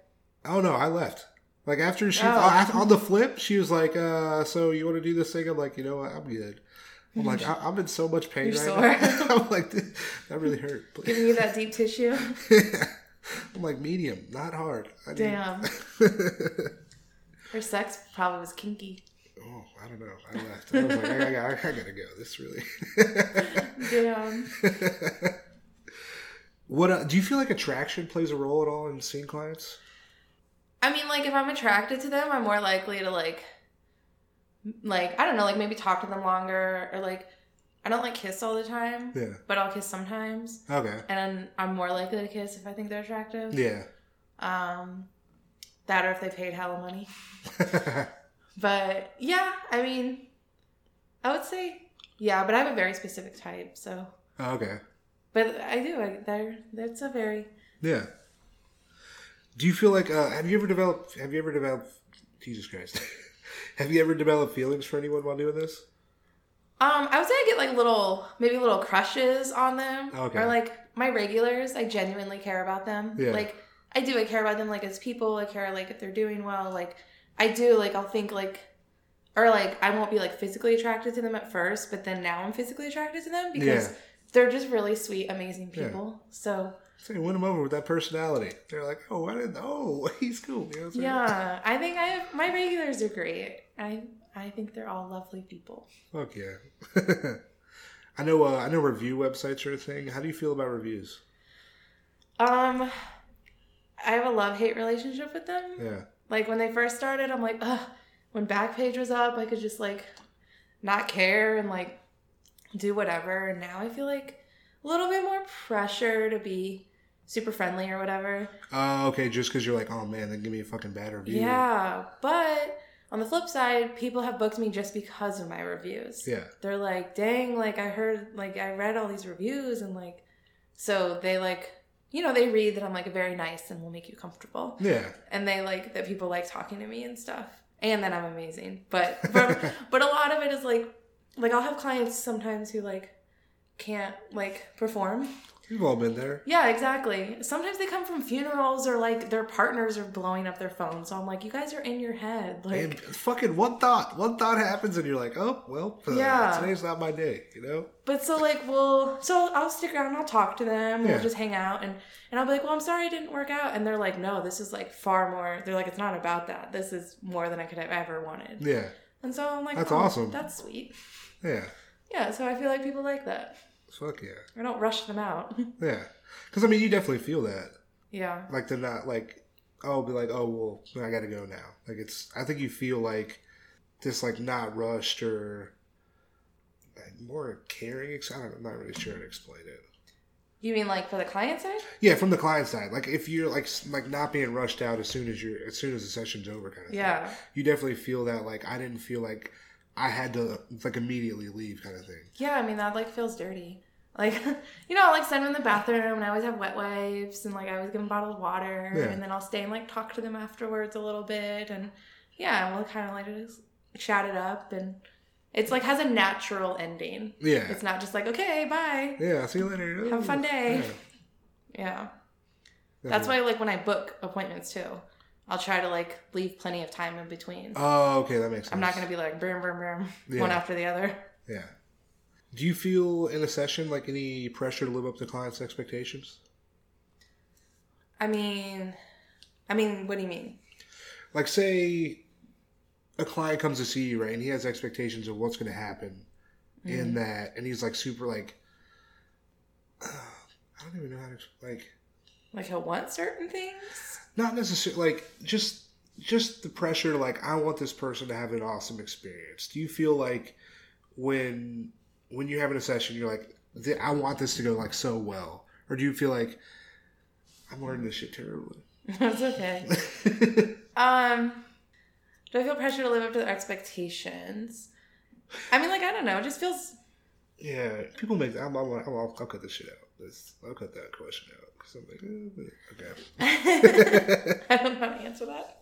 Speaker 1: Oh no, I left. Like after she
Speaker 2: Oh.
Speaker 1: on- on the flip, she was like, uh, "So you want to do this thing?" I'm like, "You know what? I'm good." I'm like, I- "I'm in so much pain
Speaker 2: You're
Speaker 1: right
Speaker 2: sore.
Speaker 1: now." I'm like, "That really hurt."
Speaker 2: Giving you that deep tissue.
Speaker 1: I'm like, "Medium, not hard." I need- Oh,
Speaker 2: Damn. Her sex probably was kinky.
Speaker 1: oh, I don't know. I left. I was like, I, I, I, I gotta go. This really.
Speaker 2: Damn.
Speaker 1: what uh, do you feel like attraction plays a role at all in seeing clients?
Speaker 2: I mean, like if I'm attracted to them, I'm more likely to like, like I don't know, like maybe talk to them longer or like I don't like kiss all the time,
Speaker 1: Yeah.
Speaker 2: but I'll kiss sometimes,
Speaker 1: Okay.
Speaker 2: and I'm more likely to kiss if I think they're attractive.
Speaker 1: Yeah.
Speaker 2: Um, that or if they paid hella money. But yeah, I mean, I would say yeah, but I have a very specific type, so.
Speaker 1: okay.
Speaker 2: But I do. I, there, that's a very
Speaker 1: Yeah. Do you feel like uh, have you ever developed have you ever developed Jesus Christ? have you ever developed feelings for anyone while doing this?
Speaker 2: Um, I would say I get like little, maybe little crushes on them,
Speaker 1: Okay.
Speaker 2: or like my regulars. I genuinely care about them.
Speaker 1: Yeah.
Speaker 2: Like I do. I care about them like as people. I care like if they're doing well. Like I do. Like I'll think like, or like I won't be like physically attracted to them at first, but then now I'm physically attracted to them because
Speaker 1: Yeah.
Speaker 2: they're just really sweet, amazing
Speaker 1: Yeah.
Speaker 2: people. So
Speaker 1: Say win them over with that personality. They're like, oh, I didn't. Oh, he's cool. You know what I'm saying?
Speaker 2: yeah, I think I have my regulars are great. I I think they're all lovely people.
Speaker 1: Fuck yeah. I know. Uh, I know. Review websites are a thing. How do you feel about reviews?
Speaker 2: Um, I have a love hate relationship with them.
Speaker 1: Yeah.
Speaker 2: Like when they first started, I'm like, ugh. When Backpage was up, I could just like not care and like do whatever. And now I feel like a little bit more pressure to be super friendly or whatever.
Speaker 1: Oh, okay. Just because you're like, oh man, then give me a fucking bad review.
Speaker 2: Yeah. But on the flip side, people have booked me just because of my reviews.
Speaker 1: Yeah.
Speaker 2: They're like, dang, like I heard, like I read all these reviews and like, so they like, you know, they read that I'm like very nice and will make you comfortable.
Speaker 1: Yeah.
Speaker 2: and they like that people like talking to me and stuff and then i'm amazing but but, but a lot of it is like like i'll have clients sometimes who like can't like perform
Speaker 1: We've all been there.
Speaker 2: yeah exactly sometimes they come from funerals or like their partners are blowing up their phone so i'm like you guys are in your head like
Speaker 1: And fucking one thought, one thought happens, and you're like, oh well, uh,
Speaker 2: Yeah.
Speaker 1: today's not my day. You know.
Speaker 2: But so like we'll so I'll stick around, I'll talk to them,
Speaker 1: Yeah.
Speaker 2: we'll just hang out and and I'll be like, Well, I'm sorry it didn't work out and they're like, No, this is like far more they're like, It's not about that. This is more than I could have ever wanted.
Speaker 1: Yeah.
Speaker 2: And so I'm like,
Speaker 1: That's
Speaker 2: "Oh,
Speaker 1: awesome."
Speaker 2: That's sweet.
Speaker 1: Yeah.
Speaker 2: Yeah, so I feel like people like that.
Speaker 1: Fuck yeah.
Speaker 2: I don't rush them out.
Speaker 1: Yeah. Because, I mean, you definitely feel that.
Speaker 2: yeah.
Speaker 1: Like, they're not like, oh, be like, oh, well, I got to go now. Like, it's, I think you feel like this, like, not rushed or like, more caring. ex- I don't, I'm not really sure how to explain it.
Speaker 2: You mean like for the client side?
Speaker 1: Yeah, from the client side, like if you're like s- like not being rushed out as soon as you're as soon as the session's over, kind of. thing.
Speaker 2: Yeah.
Speaker 1: You definitely feel that. Like I didn't feel like I had to like immediately leave, kind of thing.
Speaker 2: Yeah, I mean that like feels dirty. Like you know, I'll like send them in the bathroom and I always have wet wipes and like I always give them bottled water
Speaker 1: Yeah.
Speaker 2: and then I'll stay and like talk to them afterwards a little bit and yeah, and we'll kinda like just chat it up and it's like has a natural ending.
Speaker 1: Yeah.
Speaker 2: It's not just like, okay, bye.
Speaker 1: Yeah. See you later.
Speaker 2: Have a fun day.
Speaker 1: Yeah,
Speaker 2: Yeah. That's why like when I book appointments too, I'll try to like leave plenty of time in between.
Speaker 1: Oh, okay, that makes sense.
Speaker 2: I'm not gonna be like boom, boom, boom, one
Speaker 1: Yeah.
Speaker 2: after the other.
Speaker 1: Yeah. Do you feel in a session like any pressure to live up to clients' expectations?
Speaker 2: I mean, I mean, what do you mean?
Speaker 1: Like, say a client comes to see you, right, and he has expectations of what's going to happen
Speaker 2: Mm.
Speaker 1: in that, and he's like super like, uh, I don't even know how to ex- like,
Speaker 2: Like he'll want certain things.
Speaker 1: not necessarily like just just the pressure to like I want this person to have an awesome experience. Do you feel like when when you're having a session, you're like, "Th- I want this to go like so well, or do you feel like I'm learning this shit terribly?
Speaker 2: That's okay. Um, do I feel pressure to live up to their expectations? I mean, like I don't know. It just feels.
Speaker 1: yeah, people make. I'm, I'm, I'm, I'll, I'll cut this shit out. This, I'll cut that question out because I'm like, eh, okay.
Speaker 2: I don't know how to answer that.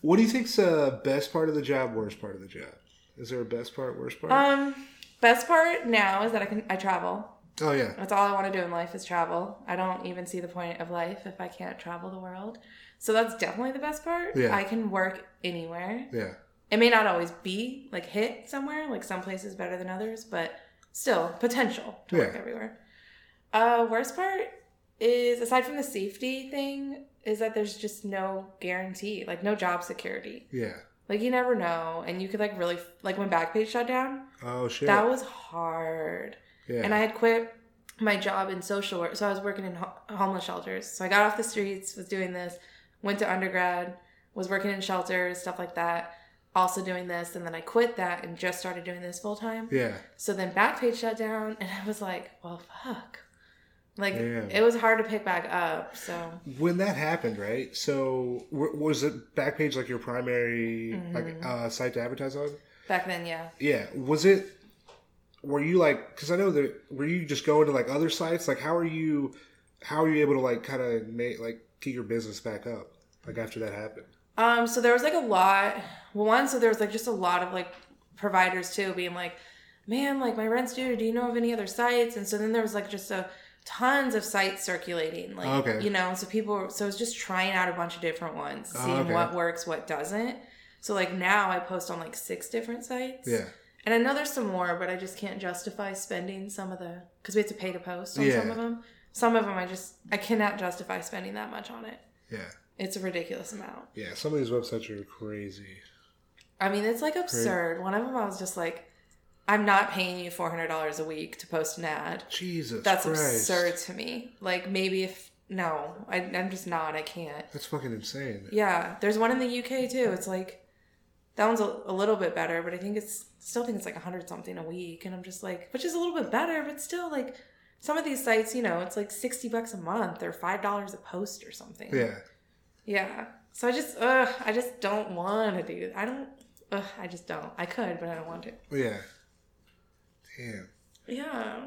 Speaker 1: what do you think's uh, best part of the job? Worst part of the job? Is there a best part? Worst part?
Speaker 2: Um, best part now is that I can I travel.
Speaker 1: oh yeah,
Speaker 2: That's all I want to do in life is travel. I don't even see the point of life if I can't travel the world. So that's definitely the best part.
Speaker 1: Yeah.
Speaker 2: I can work anywhere.
Speaker 1: Yeah.
Speaker 2: It may not always be like hit somewhere, like some places better than others, but still potential to work
Speaker 1: Yeah.
Speaker 2: everywhere. Uh, worst part is aside from the safety thing, is that there's just no guarantee, like no job security.
Speaker 1: Yeah.
Speaker 2: Like you never know, and you could like really like when Backpage shut down,
Speaker 1: Oh shit.
Speaker 2: that was hard.
Speaker 1: yeah.
Speaker 2: And I had quit my job in social work, so I was working in ho- homeless shelters. So I got off the streets, was doing this, went to undergrad, was working in shelters, stuff like that. Also doing this, and then I quit that and just started doing this full time.
Speaker 1: yeah.
Speaker 2: So then Backpage shut down, and I was like, "Well, fuck!" Like
Speaker 1: Yeah.
Speaker 2: it was hard to pick back up. So
Speaker 1: When that happened, right? So w- was it Backpage like your primary like
Speaker 2: Mhm.
Speaker 1: uh, site to advertise on?
Speaker 2: back then, yeah,
Speaker 1: Yeah. Was it? Were you like? Because I know that. Were you just going to like other sites? Like, how are you? How are you able to like kind of make like get your business back up? Like after that happened.
Speaker 2: Um, so there was like a lot. Well, one, so there was like just a lot of like providers too being like, man, like my rent's due. Do you know of any other sites? And so then there was like just a tons of sites circulating, like
Speaker 1: Oh, Okay.
Speaker 2: you know. So people, so it's just trying out a bunch of different ones,
Speaker 1: Oh,
Speaker 2: seeing
Speaker 1: okay.
Speaker 2: what works, what doesn't. So like now I post on like six different sites.
Speaker 1: Yeah.
Speaker 2: And I know there's some more, but I just can't justify spending some of the because we have to pay to post on some
Speaker 1: Yeah.
Speaker 2: of them. Some of them I just I cannot justify spending that much on it.
Speaker 1: Yeah.
Speaker 2: It's a ridiculous amount.
Speaker 1: Yeah. Some of these websites are crazy.
Speaker 2: I mean, it's like absurd. One of them, I was just like, I'm not paying you $400 a week to post an ad.
Speaker 1: Jesus.
Speaker 2: That's
Speaker 1: Christ.
Speaker 2: absurd to me. Like, maybe if, no, I, I'm just not. I can't.
Speaker 1: That's fucking insane.
Speaker 2: Yeah, there's one in the UK too. It's like, that one's a, a little bit better, but I think it's, still think it's like 100 something a week. And I'm just like, which is a little bit better, but still, like, some of these sites, you know, it's like 60 bucks a month or $5 a post or something.
Speaker 1: Yeah.
Speaker 2: Yeah. So I just, ugh, I just don't want to do. I don't. Ugh, I just don't. I could, but I don't want to.
Speaker 1: Yeah. Damn.
Speaker 2: Yeah.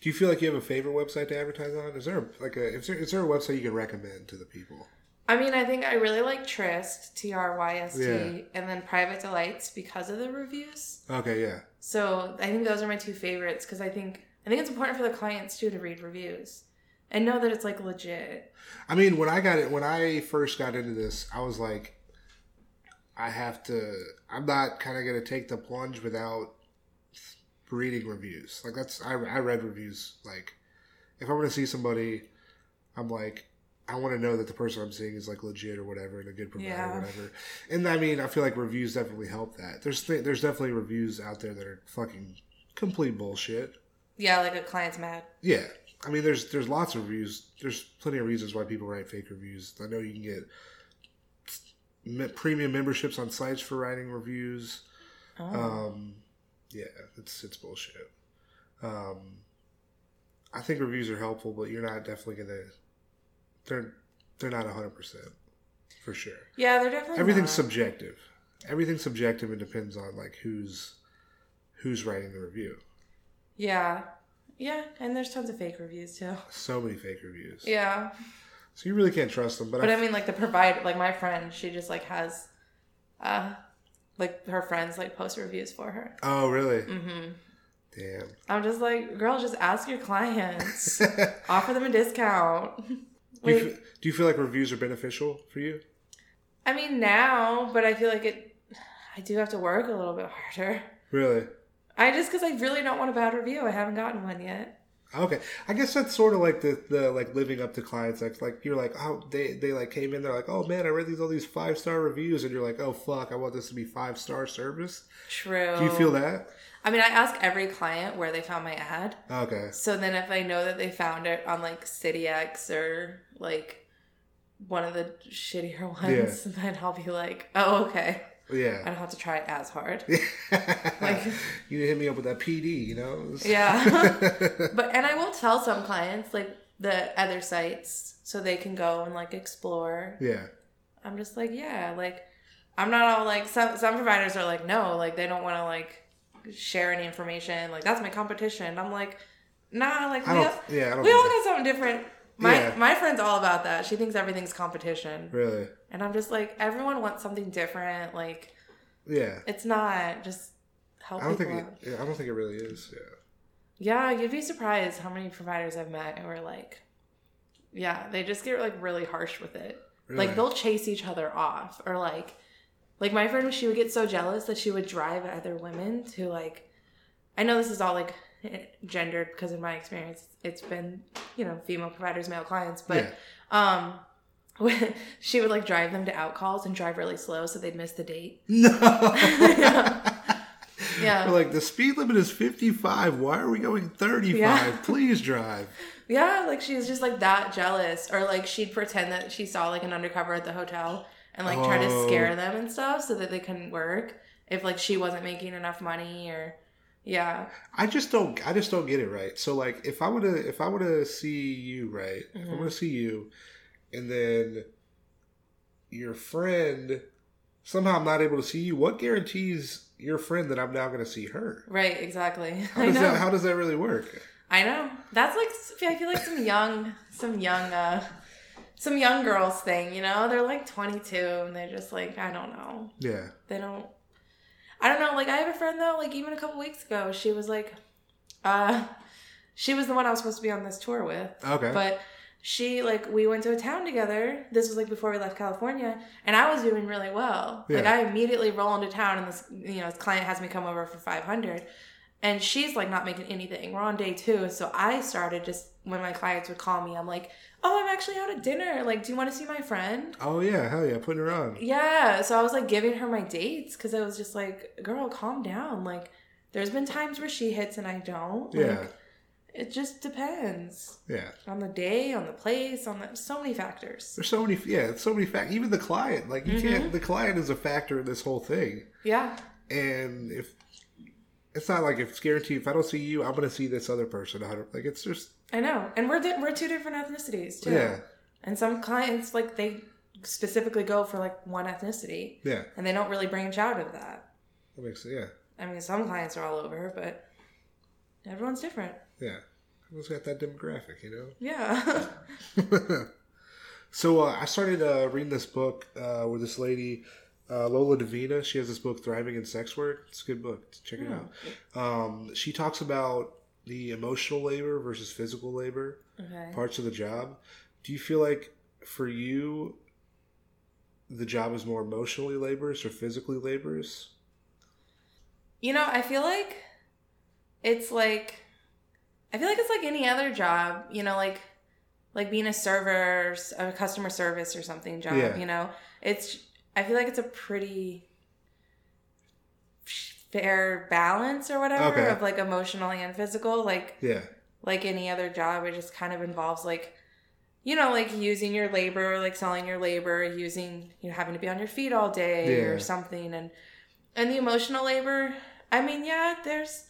Speaker 1: Do you feel like you have a favorite website to advertise on? Is there a, like a is there, is there a website you can recommend to the people?
Speaker 2: I mean, I think I really like Trist, T R Y S T,
Speaker 1: Yeah.
Speaker 2: and then Private Delights because of the reviews.
Speaker 1: Okay, yeah,
Speaker 2: So I think those are my two favorites because I think I think it's important for the clients too to read reviews and know that it's like legit.
Speaker 1: I mean when I got it when I first got into this, I was like, I have to. I'm not kind of gonna take the plunge without reading reviews. Like that's I I read reviews. Like if I'm gonna see somebody, I'm like. I want to know that the person I'm seeing is like legit or whatever, and a good provider
Speaker 2: Yeah.
Speaker 1: or whatever. And I mean, I feel like reviews definitely help that. There's th- there's definitely reviews out there that are fucking complete bullshit.
Speaker 2: Yeah, like a client's mad.
Speaker 1: Yeah, I mean, there's there's lots of reviews. There's plenty of reasons why people write fake reviews. I know you can get me- premium memberships on sites for writing reviews.
Speaker 2: Oh.
Speaker 1: Um, yeah, it's it's bullshit. Um, I think reviews are helpful, but you're not definitely gonna. They're they're not hundred percent for sure.
Speaker 2: yeah, they're definitely
Speaker 1: Everything's
Speaker 2: not.
Speaker 1: subjective. Everything's subjective and depends on like who's who's writing the review.
Speaker 2: yeah, yeah, and there's tons of fake reviews too.
Speaker 1: So many fake reviews.
Speaker 2: Yeah.
Speaker 1: So you really can't trust them. But,
Speaker 2: But
Speaker 1: I,
Speaker 2: I mean, like the provider, like my friend, she just like has, uh, like her friends like post reviews for her.
Speaker 1: Oh, really?
Speaker 2: hmm
Speaker 1: Damn.
Speaker 2: I'm just like, girl, just ask your clients, offer them a discount.
Speaker 1: do, you
Speaker 2: Wait,
Speaker 1: f- do you feel like reviews are beneficial for you?
Speaker 2: I mean now, but I feel like it. I do have to work a little bit harder.
Speaker 1: Really?
Speaker 2: I just because I really don't want a bad review. I haven't gotten one yet.
Speaker 1: Okay. I guess that's sort of like the, the like living up to clients. Like, like you're like, oh, they they like came in. They're like, oh man, I read these all these five star reviews, and you're like, oh fuck, I want this to be five star service.
Speaker 2: True.
Speaker 1: Do you feel that?
Speaker 2: I mean, I ask every client where they found my ad.
Speaker 1: Okay.
Speaker 2: So then if I know that they found it on like CityX or like one of the shittier ones, then I'll be like, oh, okay. I
Speaker 1: Yeah.
Speaker 2: don't have to try it as hard.
Speaker 1: like, you hit me up with that PD, you know?
Speaker 2: Yeah. But and I will tell some clients like the other sites so they can go and like explore.
Speaker 1: yeah.
Speaker 2: I'm just like, yeah, like I'm not all like some some providers are like, no, like they don't want to like share any information. Like that's my competition. I'm like, nah, like
Speaker 1: I
Speaker 2: we
Speaker 1: don't.
Speaker 2: have-
Speaker 1: Yeah. I don't.
Speaker 2: We all
Speaker 1: Think
Speaker 2: got something different. My
Speaker 1: Yeah.
Speaker 2: my friend's all about that. She thinks everything's competition.
Speaker 1: so. Really?
Speaker 2: And I'm just like, everyone wants something different. Like,
Speaker 1: Yeah.
Speaker 2: it's not just help
Speaker 1: I don't
Speaker 2: people
Speaker 1: think. It,
Speaker 2: out.
Speaker 1: yeah, I don't think it really is. Yeah.
Speaker 2: Yeah, you'd be surprised how many providers I've met who are like, yeah, they just get like really harsh with it. Like they'll chase each other off or like like my friend she would get so jealous that she would drive other women to like I know this is all like eh, gendered because in my experience it's been, you know, female providers, male clients, but
Speaker 1: yeah.
Speaker 2: um when, she would like drive them to out calls and drive really slow so they'd miss the date.
Speaker 1: No.
Speaker 2: Yeah. Yeah.
Speaker 1: We're like the speed limit is 55. Why are we going 35?
Speaker 2: Yeah.
Speaker 1: Please drive.
Speaker 2: Yeah, like she was just like that jealous, or like she'd pretend that she saw like an undercover at the hotel and like try to
Speaker 1: Oh.
Speaker 2: scare them and stuff so that they couldn't work if like she wasn't making enough money or yeah,
Speaker 1: I just don't. I just don't get it right. So like, if I were to, if I were to see you, right? If I
Speaker 2: Mhm.
Speaker 1: were to see you, and then your friend somehow I'm not able to see you. What guarantees your friend that I'm now going to see her?
Speaker 2: right, exactly.
Speaker 1: How
Speaker 2: I
Speaker 1: does
Speaker 2: know.
Speaker 1: that? How does that really work?
Speaker 2: I know. That's like s- I feel like some young, some young, uh, some young girls thing. You know, they're like 22 and they're just like I don't know.
Speaker 1: Yeah.
Speaker 2: they don't i don't know like i have a friend though like even a couple weeks ago she was like uh she was the one i was supposed to be on this tour with
Speaker 1: Okay.
Speaker 2: but she like we went to a town together this was like before we left california and i was doing really well like
Speaker 1: Yeah.
Speaker 2: i immediately roll into town and this you know this client has me come over for 500 and she's like not making anything we're on day two so i started just when my clients would call me i'm like oh i'm actually out at dinner like do you want to see my friend
Speaker 1: oh yeah. Hell yeah. Putting her on.
Speaker 2: yeah, so I was like giving her my dates because I was just like, girl, calm down. Like, there's been times where she hits and I don't. Like,
Speaker 1: Yeah.
Speaker 2: It just depends
Speaker 1: Yeah.
Speaker 2: on the day, on the place, on the, so many factors.
Speaker 1: There's so many. Yeah. It's so many fact. Even the client. Like you can't. The client is a factor in this whole thing.
Speaker 2: Yeah,
Speaker 1: and if it's not like if it's guaranteed if i don't see you i'm gonna see this other person I don't, like it's just
Speaker 2: I know. And we're, di- we're two different ethnicities too.
Speaker 1: yeah
Speaker 2: And some clients, like, they specifically go for like one ethnicity
Speaker 1: yeah
Speaker 2: and they don't really branch out of that.
Speaker 1: that makes yeah
Speaker 2: I mean, some clients are all over, but everyone's different.
Speaker 1: yeah everyone's got that demographic you
Speaker 2: Yeah.
Speaker 1: know so uh, i started uh, reading this book uh, with this lady uh, lola Davina. she has this book thriving in sex work it's a good book check
Speaker 2: Hmm.
Speaker 1: it out um, she talks about the emotional labor versus physical labor
Speaker 2: okay.
Speaker 1: parts of the job. Do you feel like for you, the job is more emotionally laborious or physically laborious?
Speaker 2: You know, I feel like it's like I feel like it's like any other job, you know, like like being a server, or s- a customer service or something job,
Speaker 1: Yeah.
Speaker 2: you know. It's I feel like it's a pretty fair balance or whatever
Speaker 1: Okay.
Speaker 2: of like emotional and physical, like
Speaker 1: Yeah,
Speaker 2: like any other job it just kind of involves like you know like using your labor like selling your labor using you know having to be on your feet all day
Speaker 1: Yeah.
Speaker 2: or something and and the emotional labor i mean yeah there's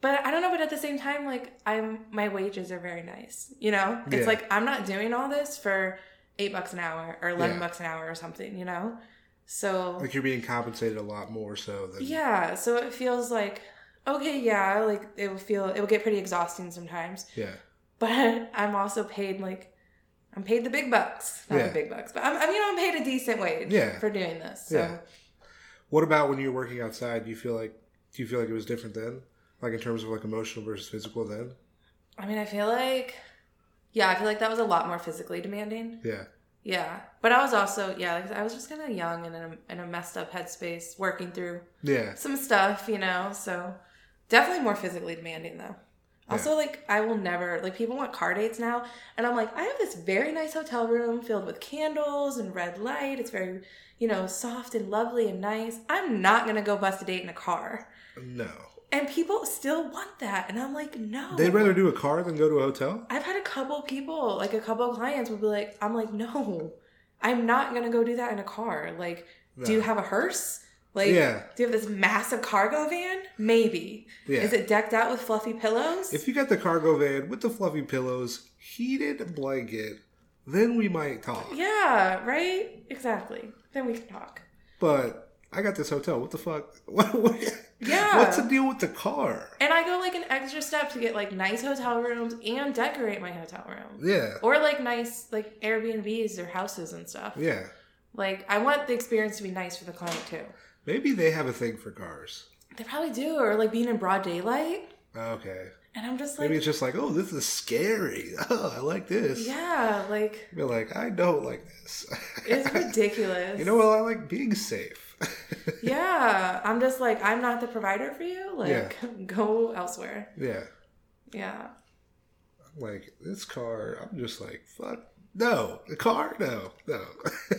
Speaker 2: but i don't know but at the same time like i'm my wages are very nice you know it's
Speaker 1: Yeah.
Speaker 2: like i'm not doing all this for eight bucks an hour or 11
Speaker 1: Yeah.
Speaker 2: bucks an hour or something you know so
Speaker 1: like you're being compensated a lot more so than
Speaker 2: yeah so it feels like okay yeah like it will feel it will get pretty exhausting sometimes
Speaker 1: yeah,
Speaker 2: but I'm also paid like I'm paid the big bucks, not
Speaker 1: Yeah.
Speaker 2: the big bucks, but I'm, I'm you know I'm paid a decent wage
Speaker 1: Yeah.
Speaker 2: for doing this. So
Speaker 1: Yeah. What about when you're working outside? Do you feel like do you feel like it was different then? Like in terms of like emotional versus physical then?
Speaker 2: I mean, I feel like yeah, I feel like that was a lot more physically demanding.
Speaker 1: Yeah,
Speaker 2: Yeah, but I was also yeah, like, I was just kind of young and in a, in a messed up headspace, working through
Speaker 1: yeah,
Speaker 2: some stuff, you know. So definitely more physically demanding though. Also, like I will never like people want car dates now, and I'm like I have this very nice hotel room filled with candles and red light. It's very you know soft and lovely and nice. I'm not gonna go bust a date in a car,
Speaker 1: no.
Speaker 2: and people still want that, and I'm like no.
Speaker 1: They'd rather do a car than go to a hotel.
Speaker 2: I've had a couple people, like a couple clients, would be like, I'm like no, I'm not gonna go do that in a car. Like, do you
Speaker 1: No.
Speaker 2: have a hearse? Like,
Speaker 1: yeah,
Speaker 2: do you have this massive cargo van? Maybe.
Speaker 1: yeah.
Speaker 2: Is it decked out with fluffy pillows?
Speaker 1: if you got the cargo van with the fluffy pillows, heated blanket, then we might talk.
Speaker 2: yeah, right? Exactly. Then we can talk.
Speaker 1: but I got this hotel. What the fuck? What, what,
Speaker 2: Yeah.
Speaker 1: What's the deal with the car?
Speaker 2: And I go like an extra step to get like nice hotel rooms and decorate my hotel room.
Speaker 1: Yeah.
Speaker 2: Or like nice like Airbnbs or houses and stuff.
Speaker 1: Yeah.
Speaker 2: Like I want the experience to be nice for the client too.
Speaker 1: Maybe they have a thing for cars.
Speaker 2: They probably do, or like being in broad daylight.
Speaker 1: Okay.
Speaker 2: And I'm just like,
Speaker 1: Maybe it's just like, oh, this is scary. Oh, I like this.
Speaker 2: yeah, like
Speaker 1: Be like, I don't like this.
Speaker 2: it's ridiculous.
Speaker 1: you know what? I like being safe.
Speaker 2: Yeah, I'm just like, I'm not the provider for you. Like, go elsewhere.
Speaker 1: yeah.
Speaker 2: Yeah.
Speaker 1: Like this car, I'm just like, fuck. No, the car, no, no.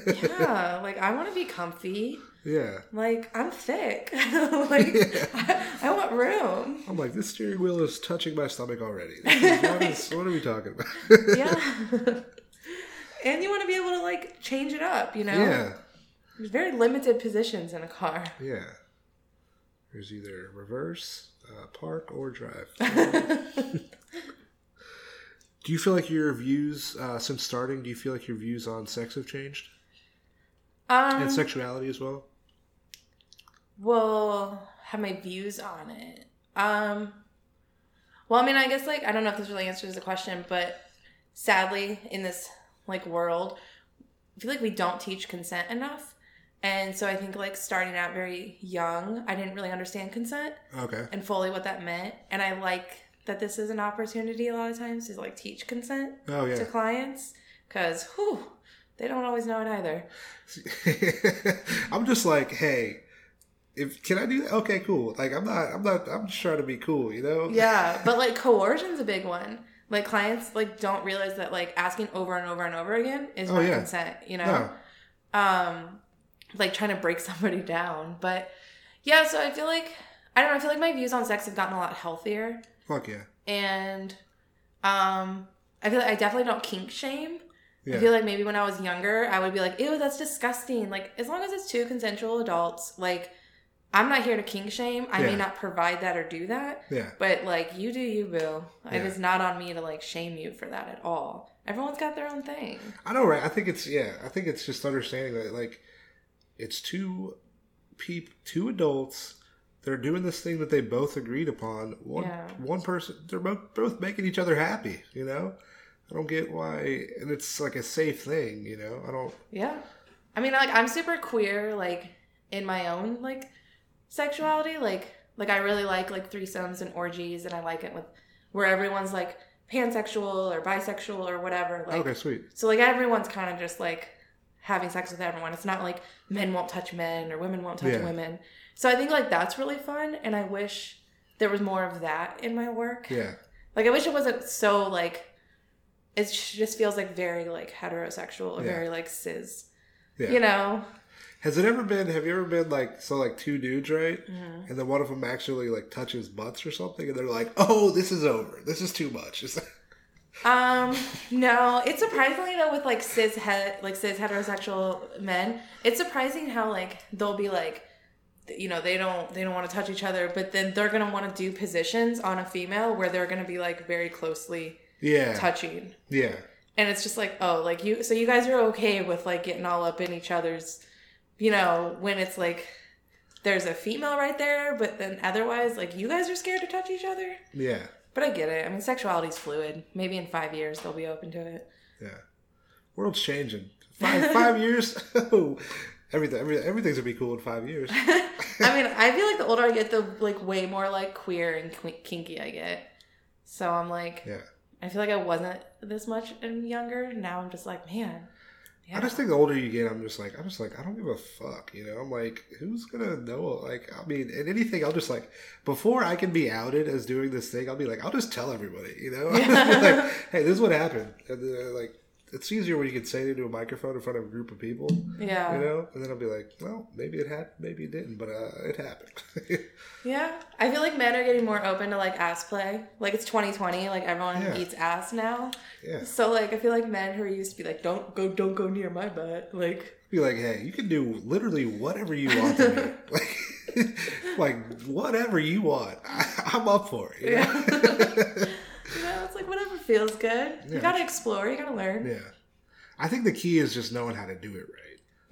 Speaker 2: Yeah. like, I want to be comfy.
Speaker 1: yeah.
Speaker 2: Like, I'm thick. like, I, I want room.
Speaker 1: I'm like, this steering wheel is touching my stomach already. What, is, what are we talking about?
Speaker 2: Yeah. and you want to be able to, like, change it up, you know?
Speaker 1: yeah,
Speaker 2: There's very limited positions in a car.
Speaker 1: yeah. There's either reverse, uh, park, or drive. do you feel like your views uh, since starting? Do you feel like your views on sex have changed
Speaker 2: um,
Speaker 1: and sexuality as well?
Speaker 2: well have my views on it um well i mean i guess like i don't know if this really answers the question but sadly in this like world i feel like we don't teach consent enough and so i think like starting out very young i didn't really understand consent
Speaker 1: Okay.
Speaker 2: and fully what that meant and i like that this is an opportunity a lot of times to like teach consent
Speaker 1: Oh
Speaker 2: to
Speaker 1: yeah.
Speaker 2: clients because whew they don't always know it either
Speaker 1: I'm just like, hey, if can I do that? Okay, cool. Like I'm not, I'm not, I'm just trying to be cool, you know?
Speaker 2: Yeah, but like coercion's a big one. Like clients like don't realize that like asking over and over and over again is
Speaker 1: Oh,
Speaker 2: not
Speaker 1: yeah.
Speaker 2: consent, you know.
Speaker 1: No.
Speaker 2: Um like trying to break somebody down, but yeah, so I feel like I don't know, I feel like my views on sex have gotten a lot healthier
Speaker 1: Fuck yeah.
Speaker 2: and um I feel like I definitely don't kink shame. I
Speaker 1: Yeah.
Speaker 2: feel like maybe when I was younger, I would be like, ew, that's disgusting. Like, as long as it's two consensual adults, like, I'm not here to kink shame. I
Speaker 1: Yeah.
Speaker 2: may not provide that or do that.
Speaker 1: Yeah.
Speaker 2: But like you do you boo.
Speaker 1: Yeah.
Speaker 2: It is not on me to like shame you for that at all. Everyone's got their own thing.
Speaker 1: I know, right? I think it's yeah. I think it's just understanding that like it's two peep two adults. They're doing this thing that they both agreed upon. One
Speaker 2: Yeah.
Speaker 1: one person. They're both both making each other happy. You know. I don't get why, and it's like a safe thing. You know. I don't.
Speaker 2: Yeah. I mean like I'm super queer like in my own like sexuality like like I really like like threesomes and orgies and I like it with where everyone's like pansexual or bisexual or whatever like
Speaker 1: okay, sweet.
Speaker 2: so like everyone's kind of just like having sex with everyone. It's not like men won't touch men or women won't touch
Speaker 1: Yeah.
Speaker 2: women. So I think like that's really fun and I wish there was more of that in my work.
Speaker 1: Yeah.
Speaker 2: Like I wish it wasn't so like it sh- just feels like very like heterosexual or
Speaker 1: Yeah.
Speaker 2: very like cis.
Speaker 1: Yeah.
Speaker 2: You know?
Speaker 1: Has it ever been? Have you ever been like so? Like two dudes, right?
Speaker 2: Mhm.
Speaker 1: And then one of them actually like touches butts or something, and they're like, "Oh, this is over. This is too much." It's like-
Speaker 2: Um no, it's surprisingly though with like cis het like cis heterosexual men, it's surprising how like they'll be like th- you know, they don't they don't want to touch each other, but then they're going to want to do positions on a female where they're going to be like very closely
Speaker 1: yeah.
Speaker 2: touching.
Speaker 1: Yeah.
Speaker 2: and it's just like oh like you so you guys are okay with like getting all up in each other's you know when it's like there's a female right there but then otherwise like you guys are scared to touch each other
Speaker 1: Yeah.
Speaker 2: but i get it i mean sexuality's fluid maybe in five years they'll be open to it
Speaker 1: Yeah. World's changing. Five five years. Oh, everything, everything everything's gonna be cool in five years.
Speaker 2: i mean i feel like the older i get the like way more like queer and qu- kinky i get so i'm like
Speaker 1: Yeah.
Speaker 2: i feel like i wasn't this much and younger now i'm just like man yeah.
Speaker 1: I just think the older you get, I'm just like I'm just like I don't give a fuck, you know. I'm like, who's gonna know? Like, I mean, and anything, I'll just like before I can be outed as doing this thing, I'll be like, I'll just tell everybody, you know. like, hey, this is what happened. And then, uh, like, it's easier when you can say it into a microphone in front of a group of people,
Speaker 2: yeah
Speaker 1: you know. And then I'll be like, well, maybe it happened, maybe it didn't, but uh, it happened.
Speaker 2: Yeah, I feel like men are getting more open to like ass play. Like it's 2020, like everyone
Speaker 1: Yeah.
Speaker 2: eats ass now.
Speaker 1: yeah.
Speaker 2: So like I feel like men who used to be like, don't go, don't go near my butt. Like
Speaker 1: Be like, hey, you can do literally whatever you want to do. like, like, whatever you want. I, I'm up for it. you
Speaker 2: Yeah.
Speaker 1: know?
Speaker 2: you know, it's like whatever feels good.
Speaker 1: Yeah.
Speaker 2: You gotta explore. You gotta learn. Yeah.
Speaker 1: yeah. I think the key is just knowing how to do it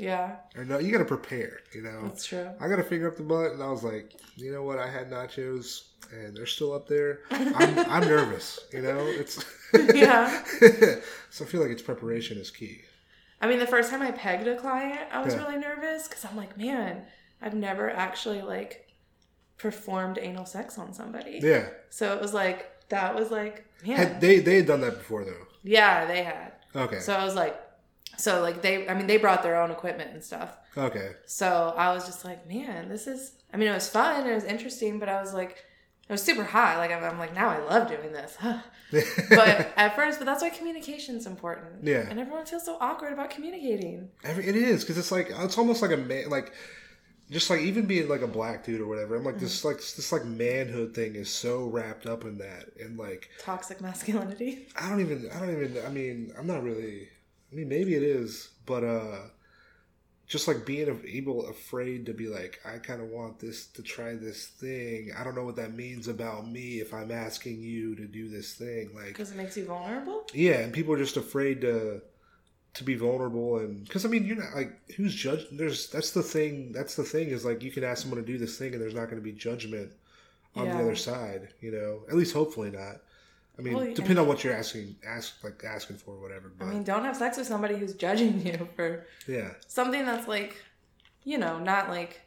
Speaker 1: right. Or no, you got to prepare, you know?
Speaker 2: that's true.
Speaker 1: I got a finger up the butt, and I was like, you know what? I had nachos, and they're still up there. I'm, I'm nervous, you know? It's.
Speaker 2: Yeah.
Speaker 1: so I feel like it's preparation is key.
Speaker 2: I mean, the first time I pegged a client, I was
Speaker 1: Yeah.
Speaker 2: really nervous because I'm like, man, I've never actually like performed anal sex on somebody.
Speaker 1: Yeah.
Speaker 2: So it was like That was like, man.
Speaker 1: Had, they they had done that before though.
Speaker 2: yeah, they had.
Speaker 1: Okay.
Speaker 2: So I was like, so like they, I mean, they brought their own equipment and stuff.
Speaker 1: okay.
Speaker 2: So I was just like, man, this is, I mean, it was fun and it was interesting, but I was like, it was super hot. Like, I'm, I'm like, now I love doing this. but at first, but that's why communication's important.
Speaker 1: Yeah.
Speaker 2: And everyone feels so awkward about communicating.
Speaker 1: Every, it is because it's like it's almost like a man like just like even being like a black dude or whatever. I'm like this like this like manhood thing is so wrapped up in that and like
Speaker 2: Toxic masculinity.
Speaker 1: I don't even I don't even I mean I'm not really I mean maybe it is but uh just like being a- able afraid to be like I kind of want this to try this thing. I don't know what that means about me if I'm asking you to do this thing like
Speaker 2: Because it makes you vulnerable.
Speaker 1: yeah and people are just afraid to to be vulnerable and because i mean you're not like who's judge there's that's the thing that's the thing is like you can ask someone to do this thing and there's not going to be judgment on
Speaker 2: Yeah.
Speaker 1: the other side you know at least hopefully not i mean
Speaker 2: Well,
Speaker 1: depending
Speaker 2: and-
Speaker 1: depend on what you're asking ask like asking for or whatever
Speaker 2: I
Speaker 1: but
Speaker 2: mean, don't have sex with somebody who's judging you for
Speaker 1: yeah
Speaker 2: something that's like, you know, not like,